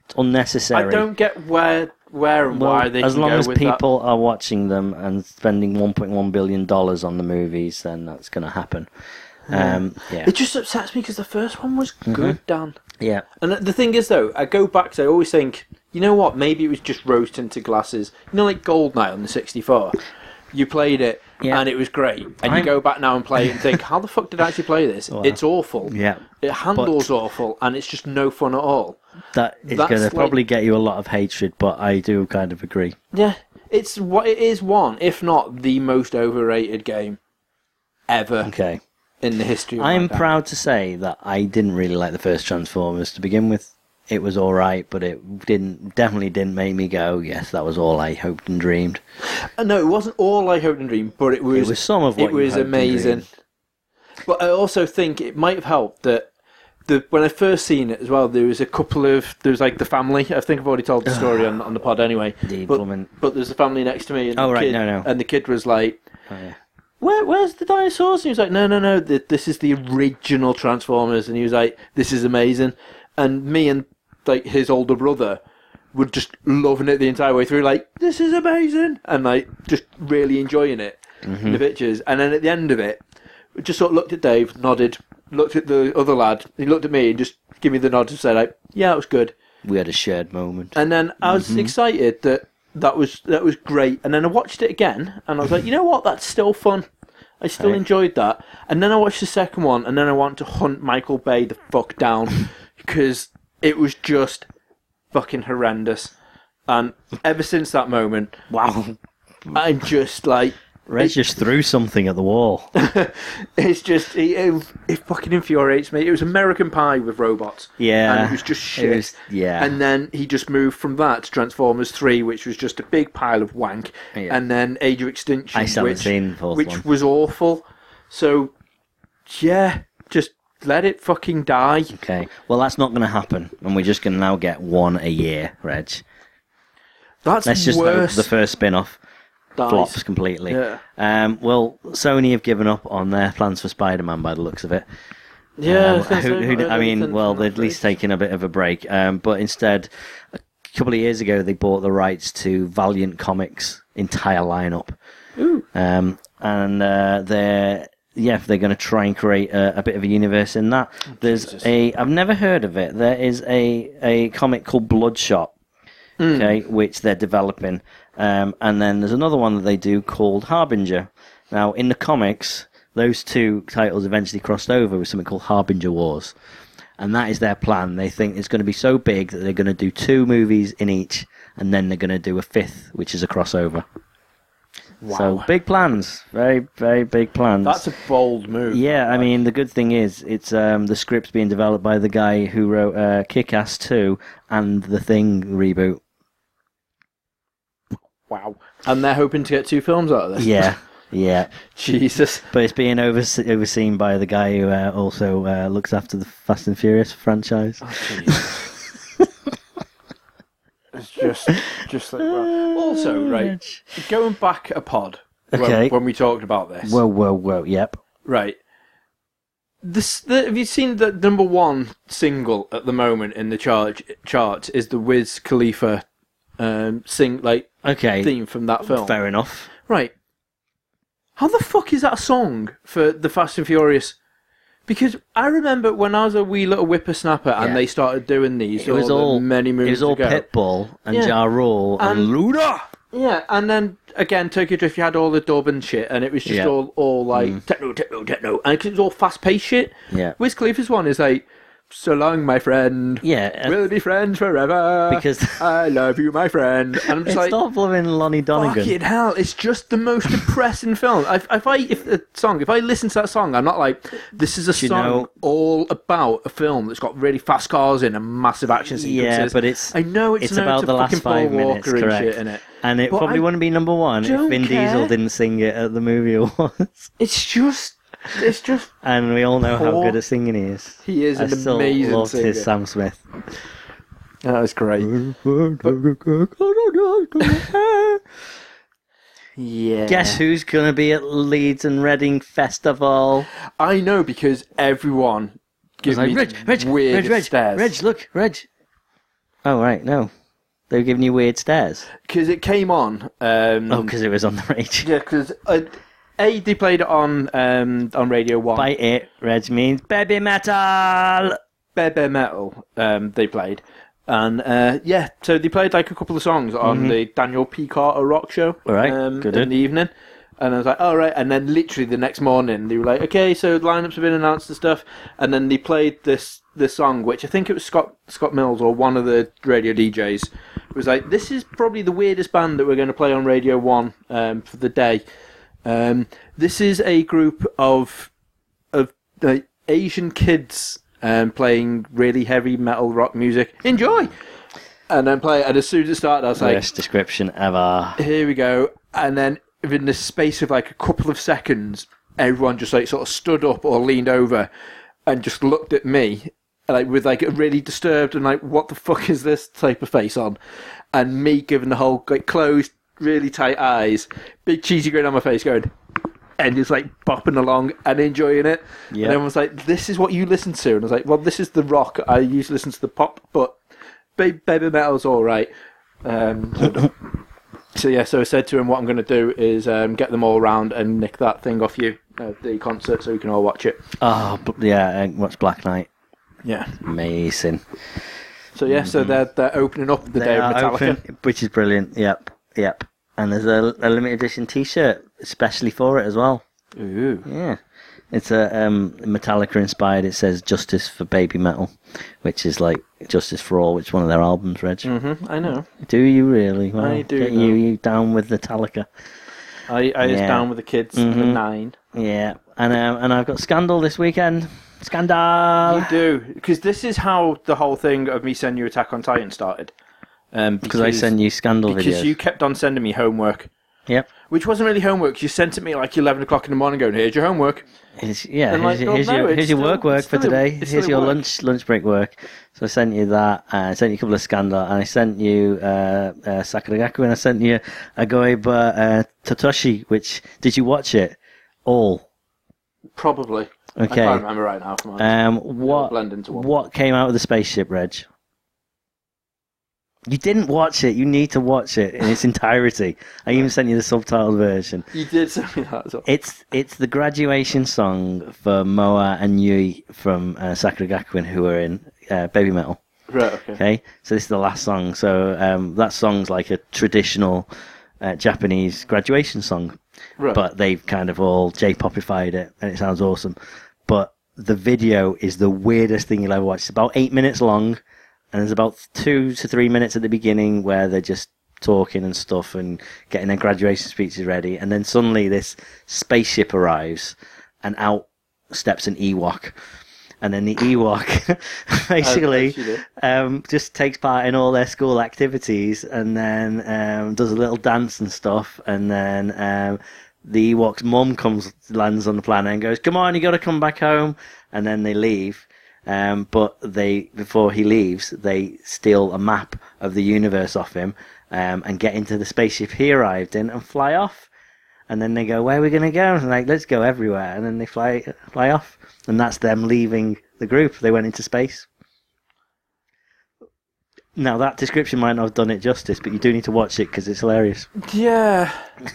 it's unnecessary.
I don't get where, where and
Well,
why they
as
can
long
go
as
with that.
people are watching them and spending 1.1 billion dollars on the movies, then that's going to happen. Um, yeah,
It just upsets me because the first one was
Mm-hmm.
good, Dan.
yeah.
And the thing is, though, I go back to I always think, you know what? Maybe it was just rose tinted glasses. You know, like Goldeneye on the 64. You played it
Yeah.
and it was great. And you
I'm-
go back now and play it and think, how the fuck did I actually play this? It's awful.
Yeah.
It handles awful and it's just no fun at all.
That is
That's
going to
like-
probably get you a lot of hatred, but I do kind of agree.
Yeah, it's what it is one, if not the most overrated game ever
Okay.
in the history. Of
I'm
mankind.
proud to say that I didn't really like the first Transformers to begin with. It was all right, but it didn't definitely didn't make me go, yes, that was all I hoped and dreamed.
Uh, No, it wasn't all I hoped and dreamed, but it was.
It was some of what
it
you
was
hoped and
amazing.
dreamed.
But I also think it might have helped that the when I first seen it as well, there was a couple of there was like the family. I think I've already told the story on on the pod anyway.
The
but,
woman-
but there's a family next to me. And
Oh,
the
right,
kid,
no, no.
And the kid was like,
Oh, yeah.
where, where's the dinosaurs? And he was like, no, no, no, th- this is the original Transformers. And he was like, this is amazing. And me and like his older brother were just loving it the entire way through, like, this is amazing. And like, just really enjoying it
Mm-hmm.
in the pictures. And then at the end of it, we just sort of looked at Dave, nodded, looked at the other lad. He looked at me and just gave me the nod and said, like, yeah, it was good.
We had a shared moment.
And then I was excited that that was that was great. And then I watched it again, and I was like, you know what? That's still fun. I still enjoyed that. And then I watched the second one, and then I wanted to hunt Michael Bay the fuck down because it was just fucking horrendous. And ever since that moment,
Wow.
I'm just like,
Reg just threw something at the wall.
it's just it, it, it fucking infuriates me. It was American Pie with robots.
Yeah.
and it was just shit.
It was- yeah.
And then he just moved from that to Transformers 3, which was just a big pile of wank.
Yeah.
And then Age of Extinction,
I still haven't
which,
seen the fourth
which
one.
was awful. So, yeah, just let it fucking die.
Okay. Well, that's not going to happen, and we're just going to now get one a year, Reg.
That's
Let's just hope
worse.
the first spin-off
dies.
flops completely.
Yeah.
Um, well, Sony have given up on their plans for Spider-Man by the looks of it.
Yeah,
Um,
I, think
who-
so.
who-
don't
I mean,
think
well,
so,
they're at least
actually.
taking a bit of a break. Um, but instead, a couple of years ago, they bought the rights to Valiant Comics' entire lineup. Um, and uh, they're yeah, they're going to try and create a, a bit of a universe in that.
Oh,
There's a I've never heard of it. There is a a comic called Bloodshot, okay, which they're developing. Um, and then there's another one that they do called Harbinger. Now, in the comics, those two titles eventually crossed over with something called Harbinger Wars. And that is their plan. They think it's going to be so big that they're going to do two movies in each, and then they're going to do a fifth, which is a crossover. So big plans, very very big plans.
That's a bold move.
yeah, I mean the good thing is it's um, the script's being developed by the guy who wrote uh, Kick-Ass 2 and the Thing reboot.
Wow. And they're hoping to get two films out of this.
Yeah, yeah,
Jesus.
but it's being overse- overseen by the guy who uh, also uh, looks after the Fast and Furious franchise.
It's just, just like wow. also right. Going back a pod when,
Okay.
when we talked about this,
Whoa, whoa, whoa! Yep.
right? This the, have you seen the number one single at the moment in the chart chart is the Wiz Khalifa um, sing like
Okay.
theme from that film,
Fair enough.
right? How the fuck is that a song for the Fast and Furious? Because I remember when I was a wee little whippersnapper and
Yeah.
they started doing these.
It was
the
all
many moons
It was all
ago.
Pitbull and
Yeah.
Ja Rule and,
And-
Luda.
Yeah, and then again, Tokyo Drift, you had all the dub and shit, and it was just
Yeah. Mm.
all all like techno, techno, techno, and 'cause it was all fast paced shit.
Yeah.
Wiz Khalifa's one is like, "So long, my friend,
Yeah. uh,
we'll be friends forever."
Because-
I love you, my friend. And I'm just
it's
like,
not blooming Lonnie Donegan.
fucking hell! It's just the most depressing film. If, if I if a song, if I listen to that song, I'm not like, this is a
you
song
know-
all about a film that's got really fast cars in and massive action
Yeah,
sequences.
but it's-
I know it's,
it's
known
about
to
the last
fucking Paul
five minutes,
Walker and
correct.
shit in it.
And it
But
probably
I
wouldn't be number one if
don't
Vin Diesel
care.
didn't sing it at the movie awards.
It's just, it's just.
and we all know how
Poor-
good at singing he is.
He is
I
an
still
amazing
loved
singer.
his Sam Smith.
That was great. yeah.
Guess who's gonna be at Leeds and Reading Festival?
I know because everyone gives me weird stares.
look, Reg. Oh right, no, they were giving you weird stares.
because it came on. Um,
Oh, because it was on the radio.
yeah, because uh, a they played it on um, on Radio One.
By it, Reg means baby metal.
Bare Bare Metal um, they played. And uh, yeah, so they played like a couple of songs on the Daniel P. Carter rock show
All right,
um,
good dude.
in the evening. And I was like, all right. And then literally the next morning, they were like, okay, so the lineups have been announced and stuff. And then they played this this song, which I think it was Scott Scott Mills or one of the radio DJs was like, this is probably the weirdest band that we're going to play on Radio One um, for the day. Um, this is a group of of like Asian kids um, playing really heavy metal rock music. Enjoy, and then play. it. And as soon as it started, I was like,
Worst description ever.
"Here we go!" And then within the space of like a couple of seconds, everyone just like sort of stood up or leaned over and just looked at me, like with like a really disturbed and like, "What the fuck is this?" type of face on, and me giving the whole like closed, really tight eyes, big cheesy grin on my face, going. and just like bopping along and enjoying it.
Yeah.
And everyone's like, "This is what you listen to," and I was like, "Well, this is the rock. I used to listen to the pop, but ba- baby metal's all right." Um, so yeah, so I said to him, "What I'm going to do is um, get them all round and nick that thing off you, uh, the concert, so we can all watch it."
Oh, bl- yeah, and watch Black Knight.
Yeah.
Amazing.
So yeah,
Mm-hmm.
so they're they're opening up the day
They
of
are
Metallica.
open, which is brilliant. Yep, yep. And there's a, a limited edition T-shirt especially for it as well.
Ooh.
Yeah, it's a um, Metallica inspired. It says "Justice for Baby Metal," which is like "Justice for All," which is one of their albums, Reg.
hmm I know.
Do you really? Well,
I do
get
know.
You, you down with Metallica?
I I was
Yeah.
down with the kids at
Mhm.
nine.
Yeah, and um, and I've got Scandal this weekend. Scandal.
You do because this is how the whole thing of me sending you Attack on Titan started. Um,
Because I send you Scandal
because
videos.
you kept on sending me homework,
Yep.
which wasn't really homework. You sent it me like eleven o'clock in the morning, going, "Here's your homework."
It's, yeah,
And,
here's,
like,
your-
well,
here's
no,
your
it's
here's your
still-
work work
it's
for
still-
today.
it's
Here's
still
your
work.
lunch lunch break work. So I sent you that. Uh, I sent you a couple of scandal, and I sent you uh, uh, Sakuragaku, and I sent you Agoiba uh, Totoshi. Which did you watch it all?
Probably. I
Okay.
can't remember right now. Come on.
Um, what
blend into one.
what came out of the spaceship, Reg? You didn't watch it. You need to watch it in its entirety. I even sent you the subtitled version.
you did send me that. So.
It's it's the graduation song for Moa and Yui from uh, Sakura Gakuin who are in uh, Baby Metal.
Right. Okay.
Okay, so this is the last song. So um, that song's like a traditional uh, Japanese graduation song,
Right.
but they've kind of all J-popified it, and it sounds awesome. But the video is the weirdest thing you'll ever watch. It's about eight minutes long, and there's about two to three minutes at the beginning where they're just talking and stuff and getting their graduation speeches ready, and then suddenly this spaceship arrives, and out steps an Ewok. And then the Ewok basically
bet you did.
um, just takes part in all their school activities and then um, does a little dance and stuff. And then um, the Ewok's mum comes, lands on the planet and goes, Come on, you got to come back home. And then they leave. Um, but they, before he leaves, they steal a map of the universe off him um, and get into the spaceship he arrived in and fly off. And then they go, "Where are we going to go?" And they're like, "Let's go everywhere." And then they fly fly off, and that's them leaving the group. They went into space. Now that description might not have done it justice, but you do need to watch it because it's hilarious.
yeah.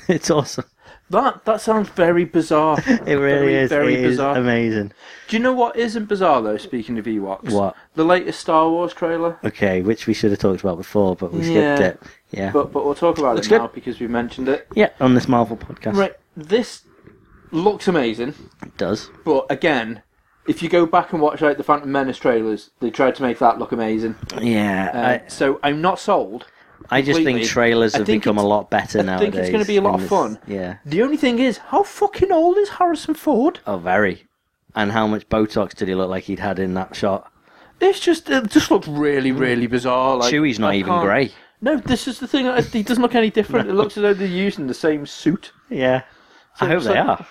it's awesome.
That that sounds very bizarre.
It really
Very,
is.
very
It is
bizarre.
amazing.
Do you know what isn't bizarre though? Speaking of Ewoks,
What?
the latest Star Wars trailer?
Okay, which we should have talked about before, but we
Yeah.
skipped it. Yeah,
But but we'll talk about
Looks
it
good.
now because we mentioned it.
yeah, on this Marvel podcast,
Right, this looks amazing,
it does.
but again, if you go back and watch like the Phantom Menace trailers, they tried to make that look amazing.
Yeah,
Uh, so I'm not sold.
I, I just think
completely.
trailers
I
have
think
become a
it's-
lot better
I
nowadays.
think it's gonna be a lot
and
of
it's-
fun.
Yeah.
The only thing is, how fucking old is Harrison Ford?
Oh, very. And how much Botox did he look like he'd had in that shot?
It's just it just looks really really bizarre. Like,
Chewie's not
I
even
can't-
grey.
No, this is the thing. like, He doesn't look any different. It looks as though they're using the same suit.
Yeah. I hope
so-
they are.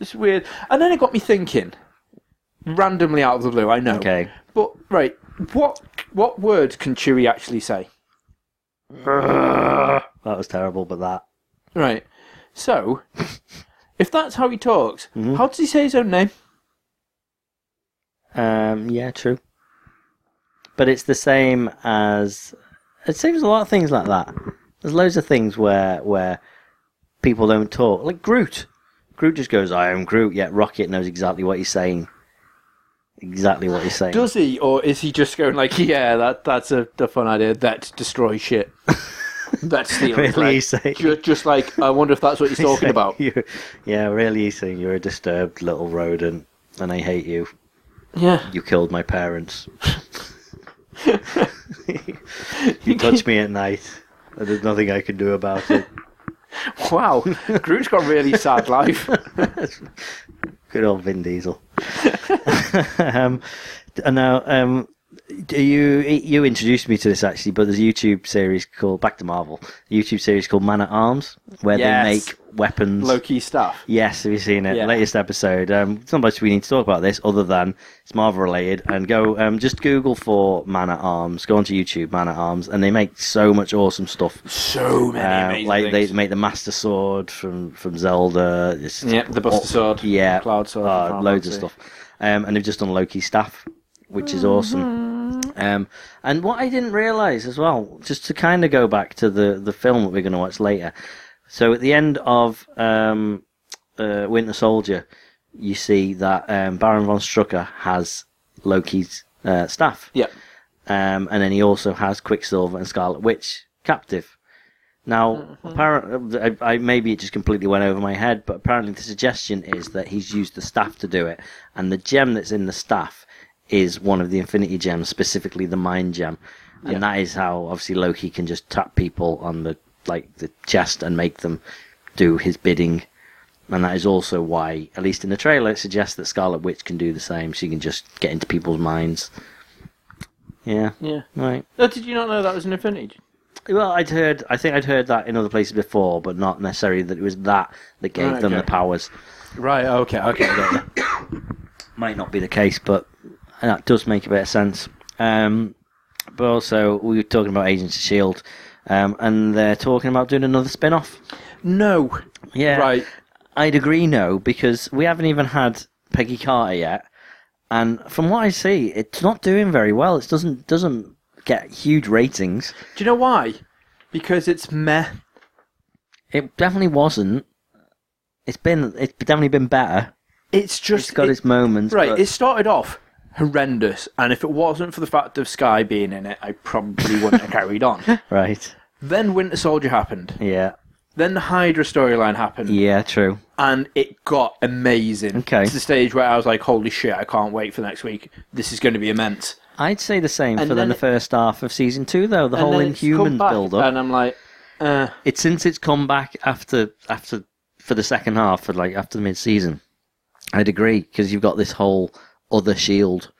It's weird. And then it got me thinking, randomly out of the blue. I know.
Okay.
But right, what what words can Chewie actually say?
That was terrible, but that.
Right. So, if that's how he talks,
Mm-hmm.
how does he say his own name?
Um, yeah, true. But it's the same as. It seems a lot of things like that. There's loads of things where where people don't talk. Like Groot. Groot just goes, I am Groot, yet Rocket knows exactly what he's saying. Exactly what he's saying.
Does he, or is he just going like, yeah, that that's a, a fun idea. Let's destroy shit. That's steal.
Really,
right?
you say-
Ju- just like I wonder if that's what he's talking about.
You- yeah, really, he's saying you're a disturbed little rodent, and I hate you.
Yeah.
You killed my parents. you touch me at night, and there's nothing I can do about it.
Wow. Groot's got a really sad life.
Good old Vin Diesel. um, and now, um, Do you you introduced me to this actually, but there's a YouTube series called Back to Marvel. A YouTube series called Man at Arms, where
Yes.
they make weapons.
Low key stuff.
Yes, have you seen it?
Yeah.
Latest episode. Um, it's not much we need to talk about this other than it's Marvel related. And go um, just Google for Man at Arms. Go onto YouTube, Man at Arms, and they make so much awesome stuff.
So many
Uh,
amazing
like
things.
they make the Master Sword from from Zelda. It's-
Yep, the Buster Sword,
Yeah,
Cloud Sword,
uh,
and Final
loads of
Fantasy.
stuff. Um, and they've just done Loki's staff, which is awesome.
Mm-hmm.
Um, and what I didn't realise as well, just to kind of go back to the the film that we're going to watch later. So at the end of um, uh, Winter Soldier, you see that um, Baron von Strucker has Loki's uh, staff.
Yep.
Um, and then he also has Quicksilver and Scarlet Witch captive. Now, apparently, I, I, maybe it just completely went over my head, but apparently the suggestion is that he's used the staff to do it, and the gem that's in the staff is one of the Infinity Gems, specifically the Mind Gem, and that is how obviously Loki can just tap people on the like the chest and make them do his bidding, and that is also why, at least in the trailer, it suggests that Scarlet Witch can do the same. She can just get into people's minds. Yeah,
Yeah.
right.
No, did you not know that was an Infinity?
Well, I'd heard. I think I'd heard that in other places before, but not necessarily that it was that that gave
Right,
them
okay.
the powers.
Right. Okay. Okay. I get you.
Might not be the case, but that does make a bit of sense. Um, but also, we were talking about Agents of Shield, E um, and they're talking about doing another spin-off.
no.
Yeah,
Right.
I'd agree. No, because we haven't even had Peggy Carter yet, and from what I see, it's not doing very well. It doesn't doesn't get huge ratings.
Do you know why? Because it's meh.
It definitely wasn't. It's been it's definitely been better.
It's just
It's got
it-
its moments.
right.
but-
It started off horrendous, and if it wasn't for the fact of Sky being in it, I probably wouldn't have carried on.
right.
Then Winter Soldier happened.
Yeah.
Then the Hydra storyline happened,
Yeah. True.
and it got amazing.
Okay.
To the stage where I was like, "Holy shit! I can't wait for next week. This is going to be immense."
I'd say the same
And
for then
then
the
it-
first half of season two, though. The
And
whole
then it's come
Inhuman
back,
build up.
and I'm like, uh,
It's since it's come back after after for the second half, for like after the mid season. I'd agree because you've got this whole other shield,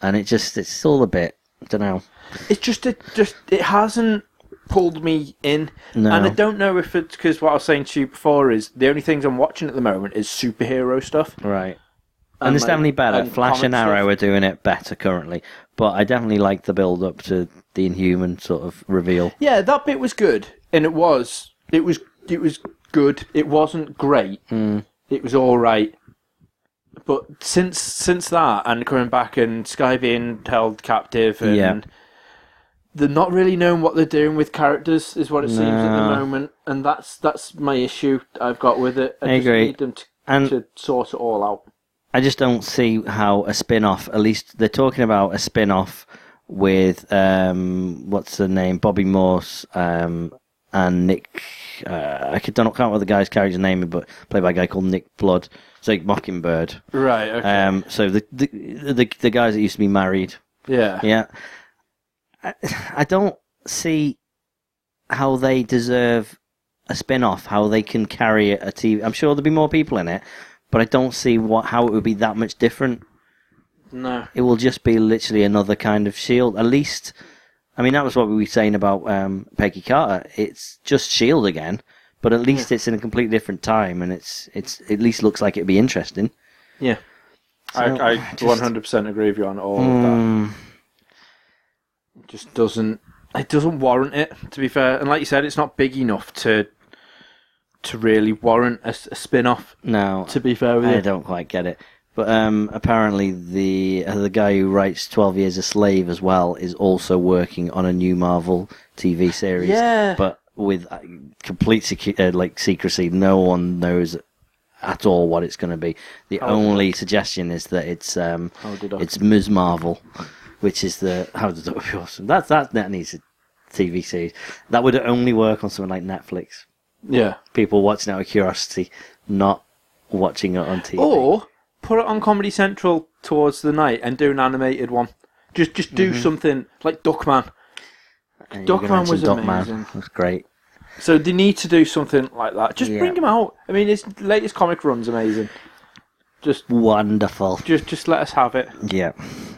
and it just it's still a bit. I don't know.
it's just it just it hasn't pulled me in
No.
and i don't know if it's because what i was saying to you before is the only things i'm watching at the moment is superhero stuff
Right. And, it's
like-
definitely better.
and
Flash and
comic stuff.
Arrow are doing it better currently, but I definitely like the build up to the Inhuman sort of reveal.
yeah that bit was good and it was it was it was good it wasn't great it was all right but since since that and coming back and sky being held captive and
Yeah.
they're not really knowing what they're doing with characters is what it seems at
No.
the moment and that's that's my issue i've got with it i,
I
just
agree.
need them to,
And-
to sort it all out
I just don't see how a spin off, at least they're talking about a spin off with, um, what's the name, Bobby Morse um, and Nick. Uh, I could- don't, can't remember the guy's character name, but played by a guy called Nick Blood. It's like Mockingbird.
right okay
Um, so the, the the the guys that used to be married.
yeah
Yeah. I, I don't see how they deserve a spin off, how they can carry a TV. I'm sure there'll be more people in it, but I don't see what how it would be that much different.
no
It will just be literally another kind of shield. At least, I mean, that was what we were saying about um, Peggy Carter. It's just shield E again, but at least it's in a completely different time, and it's it's at least looks like it'd be interesting.
yeah
So,
I, I
just-
100% agree with you on all of that
Mm,
just doesn't it doesn't warrant it to be fair and like you said it's not big enough to to really warrant a, s- a spin-off
no,
to be fair with
I
you
don't quite get it. But um, apparently, the uh, the guy who writes Twelve Years a Slave as well is also working on a new Marvel TV series.
Yeah.
but with uh, complete secu- uh, like secrecy, no one knows at all what it's going to be. The only suggestion is that it's um,
How Oh, did I-
it's Ms. Marvel, which is the how did that be awesome? That that that needs a TV series that would only work on something like Netflix.
yeah
People watching out of curiosity, not watching it on TV.
or put it on comedy central towards the night and do an animated one just just do
Mm-hmm.
something like duckman
And
Doc
you can
Man was
mention Doc Man.
amazing.
That's great.
so they need to do something like that just
Yeah.
bring him out i mean his latest comic run's amazing just
Wonderful.
just just let us have it
Yeah.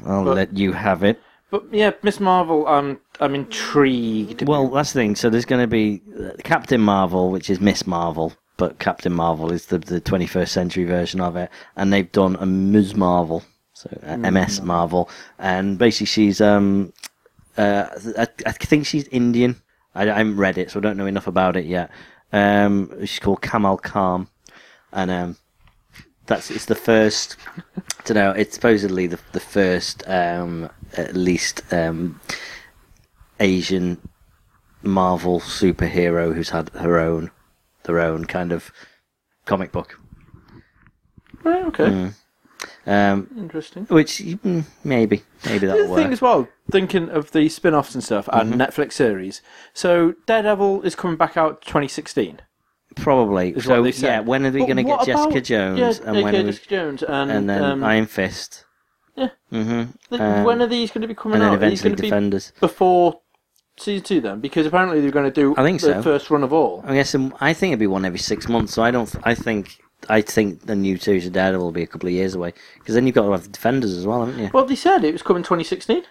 I'll
But-
let you have it.
But yeah, Miss Marvel, I'm I'm intrigued.
Well, that's the thing. So there's going to be uh, Captain Marvel, which is Miss Marvel, but Captain Marvel is the, the 21st century version of it, and they've done a Ms. Marvel, so uh, MS Marvel, and basically she's um, uh, I, I think she's Indian. I, I haven't read it, so I don't know enough about it yet. Um, she's called Kamal Khan, and um, that's it's the first don't know. It's supposedly the the first, um, at least, um, Asian Marvel superhero who's had her own, their own kind of comic book.
Right, okay,
Mm. Um,
interesting.
which mm, maybe, maybe
The
that'll
other thing
work.
as well, thinking of the spin-offs and stuff and
Mm-hmm.
Netflix series. So Daredevil is coming back out 2016.
Probably.
Is
So
what they said.
yeah, when are we
But
going to
what
get Jessica
about-
Jones?
Yeah,
and when
yeah,
are we,
Jessica Jones and,
and then
um,
Iron Fist.
Yeah.
Mm-hmm.
th-
um,
when are these going to be coming
And then
out? Are these
eventually
going to be
Defenders.
before season two then? Because apparently they're going to do
I think
the
so.
first run of all.
I guess um, I think it'd be one every six months. So I don't. I think I think the new series of Daredevil will be a couple of years away because then you've got to have the Defenders as well, haven't you?
Well, they said it was coming 2016.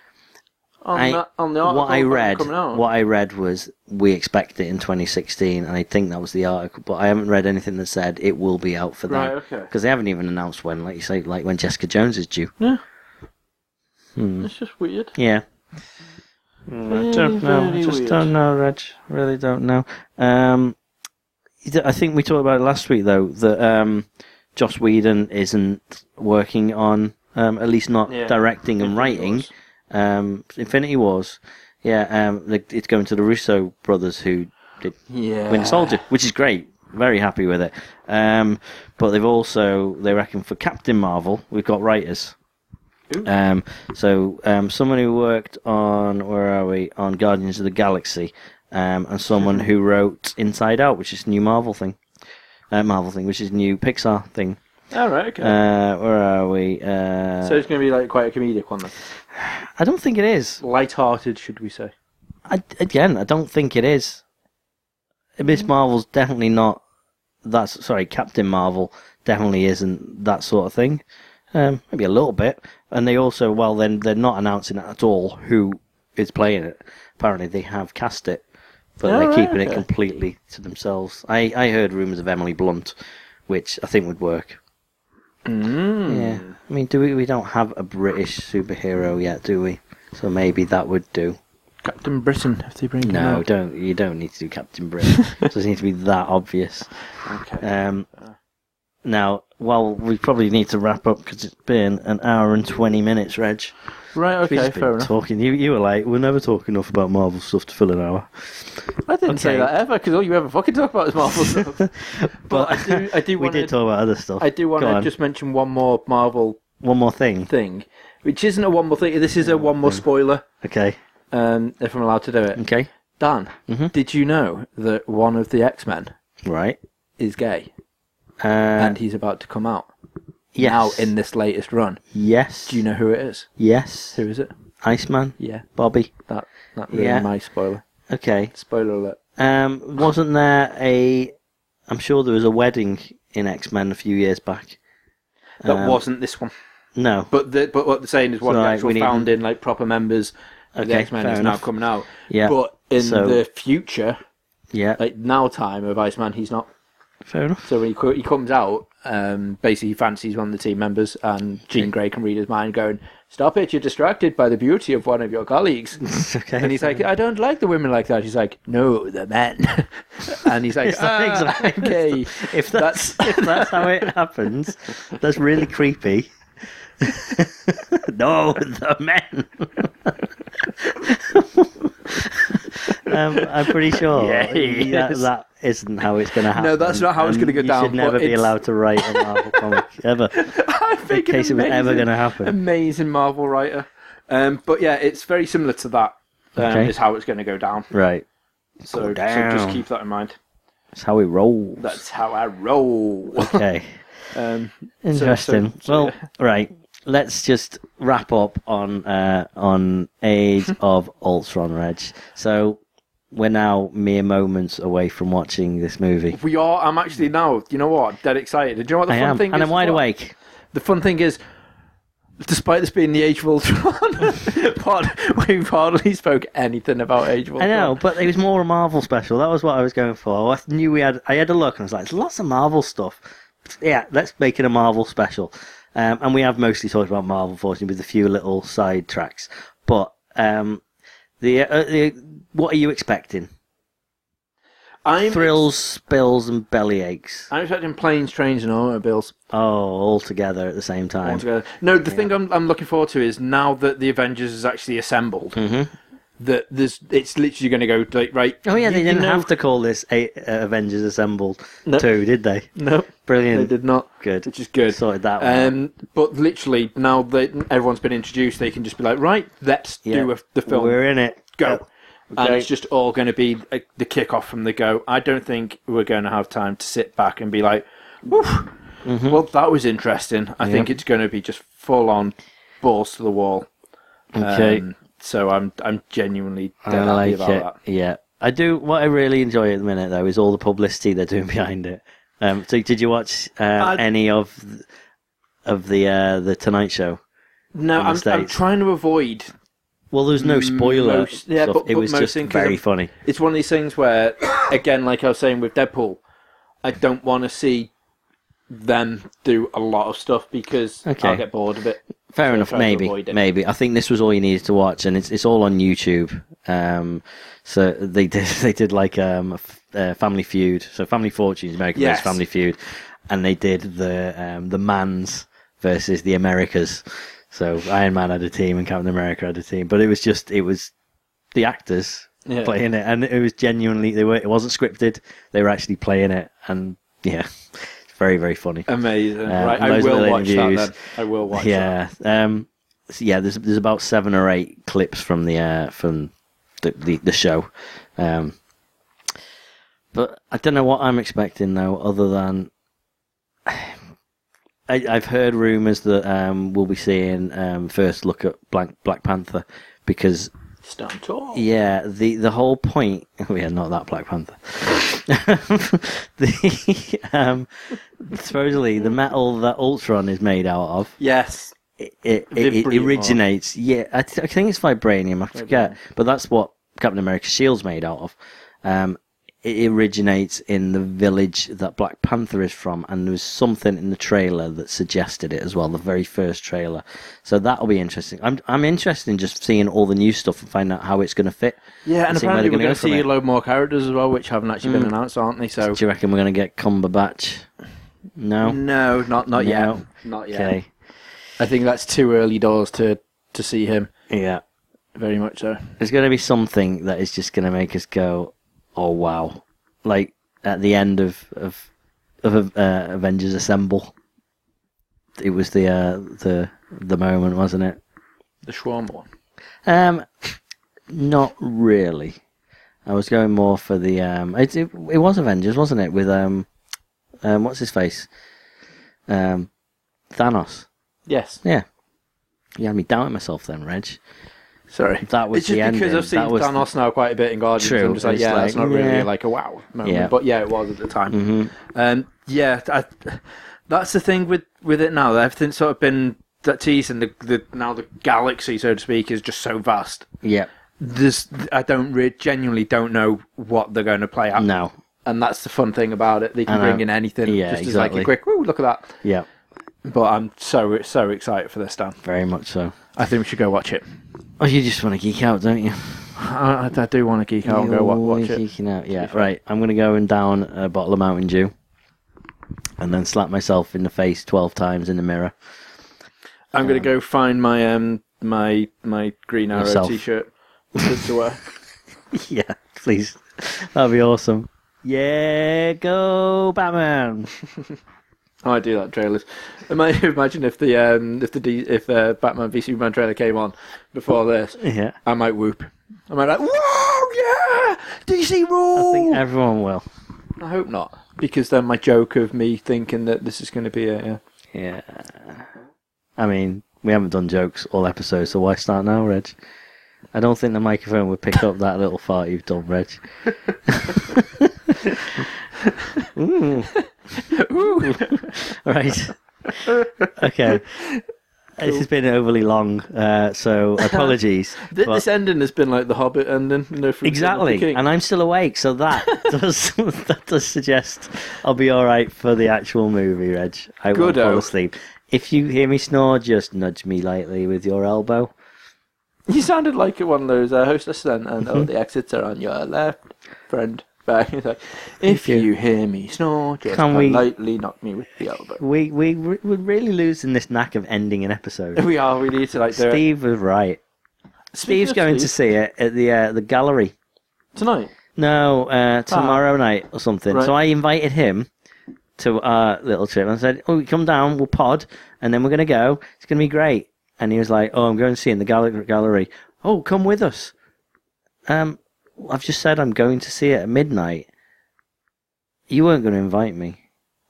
On
I-
that, on the article
what I read,
coming out.
what I read was we expect it in 2016, and I think that was the article. But I haven't read anything that said it will be out for that.
Right, okay.
Because they haven't even announced when, like you say, like when Jessica Jones is due.
No. It's just weird.
Yeah. Hmm, I don't know. I
very
just
weird.
don't know, Reg. Really don't know. Um, you d- I think we talked about it last week, though, that um, Joss Whedon isn't working on, um, at least not
Yeah.
directing and
Infinity
writing,
Wars.
um, Infinity Wars. Yeah, um, the- it's going to the Russo brothers who did
Yeah.
Winter Soldier, which is great. Very happy with it. Um, but they've also, they reckon for Captain Marvel, we've got writers.
Ooh.
Um, so um, someone who worked on, where are we, on Guardians of the Galaxy, um, and someone who wrote Inside Out, which is new Marvel thing. Uh, Marvel thing, which is new Pixar thing.
All right. Okay.
Uh, where are we? Uh,
so it's going to be like quite a comedic one then.
I don't think it is.
Light-hearted, should we say?
I, again, I don't think it is.
Mm.
Miss Marvel's definitely not. That's sorry, Captain Marvel definitely isn't that sort of thing. Um, maybe a little bit, and they also well then they're not announcing at all who is playing it. Apparently, they have cast it, but they're
Alright,
keeping it
Oh, okay.
completely to themselves. I I heard rumors of Emily Blunt, which I think would work.
Mm.
Yeah, I mean, do we we don't have a British superhero yet, do we? So maybe that would do.
Captain Britain, if they bring him
No,
out.
don't. You don't need to do Captain Britain. it doesn't need to be that obvious.
Okay.
Um, now, well, we probably need to wrap up because it's been an hour and twenty minutes, Reg.
right.
We've
Okay.
just been
Fair enough.
talking. You, you were like, we'll never talk enough about Marvel stuff to fill an hour.
I didn't say
okay.
that ever because all you ever fucking talk about is Marvel stuff. but, I do. I do
we
want
did
to.
talk about other stuff.
I do want
Go
to
on.
just mention one more Marvel
one more thing.
thing, which isn't a one more thing. This is a one more spoiler.
Okay.
Um, if I'm allowed to do it.
Mm. Okay. Mm-hmm.
Dan, did you know that one of the X-Men
Right.
is gay
Uh,
and he's about to come out
yes.
now in this latest run?
yes.
Do you know who it is?
Yes.
Who is it?
Iceman.
Yeah,
Bobby.
that that ruined
Yeah.
my spoiler.
Okay.
Spoiler alert.
Um, wasn't there a? I'm sure there was a wedding in X Men a few years back.
That
Um,
wasn't this one.
No.
But the, but what they're saying is one of
So,
the
like, we
actual
need-
founding like proper members of the
Okay,
X Men
fair
is
enough.
now coming out.
Yeah.
But in
So-
the future,
yeah.
like now time of Iceman, he's not.
fair enough.
So when he, co- he comes out, um, basically he fancies one of the team members, and Jean Grey can read his mind, going, "Stop it! You're distracted by the beauty of one of your colleagues."
okay.
And he's like, I don't like the women like that. He's like, no, the men. and he's like,
It's
ah,
like, exactly.
okay.
if that's, if that's how it happens, that's really creepy. no, the men. um, I'm pretty sure
Yeah, he
that,
is.
that isn't how it's going to happen.
No, that's not how it's
and
gonna go
You
down,
should never
but
be
it's-
allowed to write a Marvel comic ever.
I think an
case it was ever
amazing-
gonna happen.
Amazing Marvel writer. Um, but yeah, it's very similar to that. Um,
Okay.
Is how it's going to go down.
Right.
So,
Go
so
down.
just keep that in mind.
That's how we roll.
That's how I roll.
Okay.
um,
Interesting.
so-
well, right. Let's just wrap up on uh, on Age of Ultron, Reg. So we're now mere moments away from watching this movie.
we are. I'm actually now. You know what? Dead excited. Do you know what the
I
fun
am,
thing
and
is?
I'm wide
as well?
awake.
The fun thing is, despite this being the Age of Ultron pod, we've hardly spoke anything about Age of
I
Ultron.
know, but it was more a Marvel special. That was what I was going for. I knew we had. I had a look and I was like, "There's lots of Marvel stuff." Yeah, let's make it a Marvel special. Um, and we have mostly talked about Marvel, fortunately, with a few little side tracks. But um, the, uh, the what are you expecting?
I'm
Thrills, spills, and belly aches.
I'm expecting planes, trains, and automobiles
Oh, all together at the same time.
altogether. No, the thing I'm, I'm looking forward to is now that the Avengers is actually assembled, that there's it's literally going to go like right.
Mm-hmm. Oh yeah,
you-
they
you
didn't
know-
have to call this a- uh, Avengers Assembled
No.
too, did they?
No, they
Brilliant.
did not.
Good.
which is good.
Sorted that one.
Um, but literally now that everyone's been introduced, they can just be like, right, let's
Yeah.
do a, the film.
We're in it.
go. Uh, And
Okay.
it's just all going to be uh, the kickoff from the go. I don't think we're going to have time to sit back and be like, Woof, well, that was interesting. I think it's going to be just full on balls to the wall.
Okay.
Um, so I'm I'm genuinely
I
dead happy
like
about
it.
that.
Yeah, I do. What I really enjoy at the minute though is all the publicity they're doing behind it. Um, so did you watch uh,
I-
any of th- of the uh, the Tonight Show?
No,
In the
I'm, I'm
States.
trying to avoid.
Well, there's no spoiler.
Mm, Most- yeah,
stuff.
but-
it
but
was
most
just
thing, 'cause
very
I'm-
funny.
It's one of these things where, again, like I was saying with Deadpool, I don't want to see them do a lot of stuff because
Okay.
I'll get bored of it.
Fair
So
enough.
try to
Maybe,
avoid it.
maybe. I think this was all you needed to watch, and it's it's all on YouTube. Um, so they did they did like um, a f- uh, Family Feud, so Family Fortunes, American
Yes.
versus Family Feud, and they did the um, the Mans versus the Americas. So Iron Man had a team and Captain America had a team, but it was just it was the actors
Yeah.
playing it, and it was genuinely they were it wasn't scripted. They were actually playing it, and yeah, it's very very funny.
Amazing.
Uh,
right, I
loads of
will
little
watch
interviews.
that then. I will watch that.
yeah. Um, so yeah, there's there's about seven or eight clips from the uh, from the, the the show, um, but I don't know what I'm expecting though, other than I, I've heard rumours that um, we'll be seeing um, first look at Black Black Panther because
Stand tall.
yeah, the the whole point. Oh yeah, not that Black Panther. the um, supposedly the metal that Ultron is made out of
Yes.
it, it, it
Vibranium or-
originates. Yeah, I, th- I think it's vibranium. I forget, but that's what Captain America's shield's made out of. Um, it originates in the village that Black Panther is from, and there was something in the trailer that suggested it as well. The very first trailer, so that'll be interesting. I'm I'm interested in just seeing all the new stuff and find out how it's going to fit.
Yeah, and
See where they're
apparently we're going
gonna
to
go from Hmm.
see a
it.
load more characters as well, which haven't actually been announced, aren't they? So Mm,
Do you reckon we're going to get Cumberbatch? No.
no, not not
No.
yet. Not yet.
Okay.
I think that's too early doors to to see him.
Yeah.
Very much so.
there's going to be something that is just going to make us go, "Oh wow!" Like at the end of of of uh, Avengers Assemble, it was the uh, the the moment, wasn't it?
The Schwarm one.
Um, not really. I was going more for the um. It it, it was Avengers, wasn't it? With um, um, what's his face? Um, Thanos.
Yes.
Yeah. You had me doubting myself then, Reg.
Sorry.
That was
it's just
the
because
ending.
I've seen
That was the-
Thanos now quite a bit in Guardians.
True,
I'm just like,
it's
yeah,
like,
that's not really
yeah.
like a wow moment.
Yeah. Mm-hmm.
But yeah, it was at the time. Um, yeah, I, that's the thing with, with it now. Everything's sort of been that tease, and the, the now the galaxy, so to speak, is just so vast.
Yeah.
There's, I don't re- genuinely don't know what they're going to play out.
No.
and that's the fun thing about it. They can
I know.
bring in anything.
Yeah,
just as like
exactly.
a quick, ooh, look at that.
Yeah.
But I'm so so excited for this, Dan.
Very much so.
I think we should go watch it.
Oh, you just want to geek out, don't you?
I, I do want to geek out and go wa- watch,
You're
it.
geeking out. Yeah, right. I'm going to go and down a bottle of Mountain Dew and then slap myself in the face 12 times in the mirror.
I'm gonna go find my um my my Green Arrow
Yourself.
t-shirt to to uh, wear.
yeah, please. That'd be awesome. Yeah, go Batman.
Oh, I do that trailers. Ima- Imagine if the um if the D, if uh, Batman v Superman trailer came on before this,
Yeah.
I might whoop. I might like, whoa, yeah, DC rule.
I think everyone will.
I hope not, because then my joke of me thinking that this is going to be a yeah.
Yeah. I mean, we haven't done jokes all episode, so why start now, Reg? I don't think the microphone would pick up that little fart you've done, Reg. Ooh. Right. Okay. This has been overly long, uh, so apologies.
Th-
but-
this ending has been like the Hobbit ending. No free
exactly, and I'm still awake, so that does that does suggest I'll be all right for the actual movie, Reg. I won't
Goodo.
fall asleep. If you hear me snore, just nudge me lightly with your elbow.
you sounded like one of those uh, hostess then. And
Mm-hmm.
oh, the exits are on your left, friend. Back. He's like, if
you.
you. hear me snore, just
Can we-
lightly knock me with the elbow.
We we we're really losing this knack of ending an episode.
We are. We need to like do
Steve was right.
it. Speaking
Steve's
of
going to
Steve,
see it at the uh, the gallery.
tonight.
No, uh, tomorrow night or something. So I
Ah. Right.
invited him to our little trip and I said, Oh, come down, we'll pod, and then we're going to go. It's going to be great. And he was like, Oh, I'm going to see in the gall- gallery. Oh, come with us. Um, I've just said I'm going to see it at midnight. You weren't going to invite me.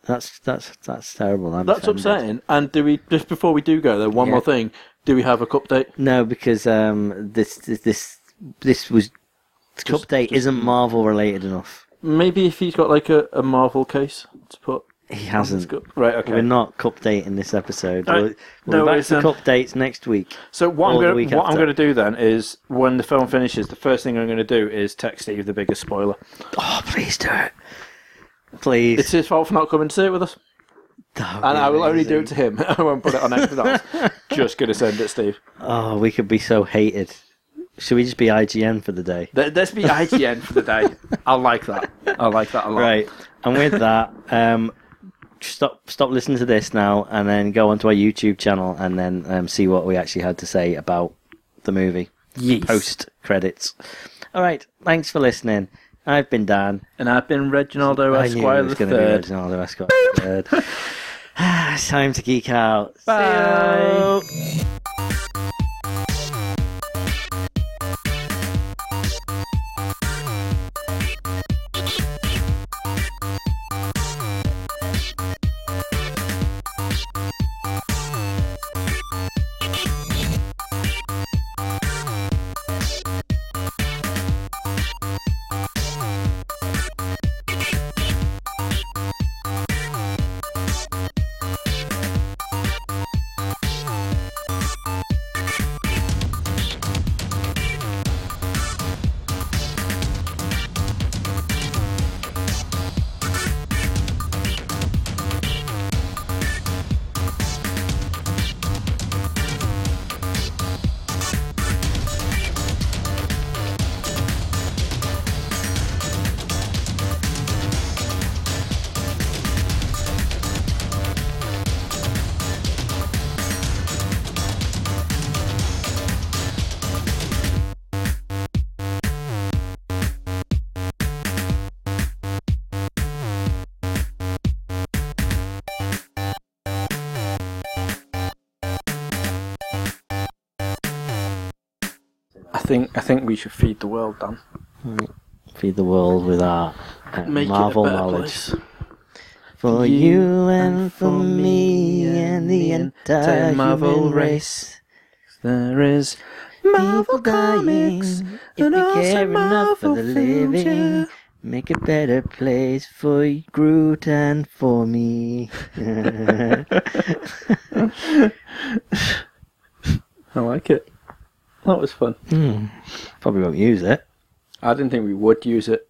That's that's that's terrible. I'm
That's
offended.
upsetting. And do we just before we do go though? One
Yeah.
more thing. Do we have a cup date?
No, because um, this this this this was
Just-
update isn't Marvel related enough.
Maybe if he's got like a, a Marvel case to put.
He
Let's
hasn't.
go. Right. Okay.
We're not cup dating this episode.
All right.
We'll, we'll
No
be back
worries
to
then.
cup dates next week.
So
Or
what I'm
the
going
week
to what I'm
after.
going to do then is when the film finishes, the first thing I'm going to do is text Steve the biggest spoiler.
Oh, please do it. Please.
It's his fault for not coming to see it with us,
That would
and
be
I will only do it
amazing.
to him. I won't put it on anything else. Just going to send it, Steve.
Oh, we could be so hated. Should we just be IGN for the day?
Let- Let's be IGN for the day. I like that. I like that a lot.
Right. And with that, um, stop stop listening to this now, and then go onto our YouTube channel, and then um, see what we actually had to say about the movie
Yes.
post credits. All right. Thanks for listening. I've been Dan.
And I've been Reginaldo
I knew
Esquire
it
the
was going to be
third.
Reginaldo Esquire the third. Ah, it's time to geek out. See
Bye.
you.
I think I think we should feed the world, Dan.
Feed the world with our uh, Marvel knowledge. For
you
you and for me and the entire Marvel human race.
There is
People dying, if
and
we
also
care enough for the
Marvel films, yeah.
living, make a better place for Groot and for me.
I like it. That was fun.
Hmm. Probably won't use it.
I didn't think we would use it.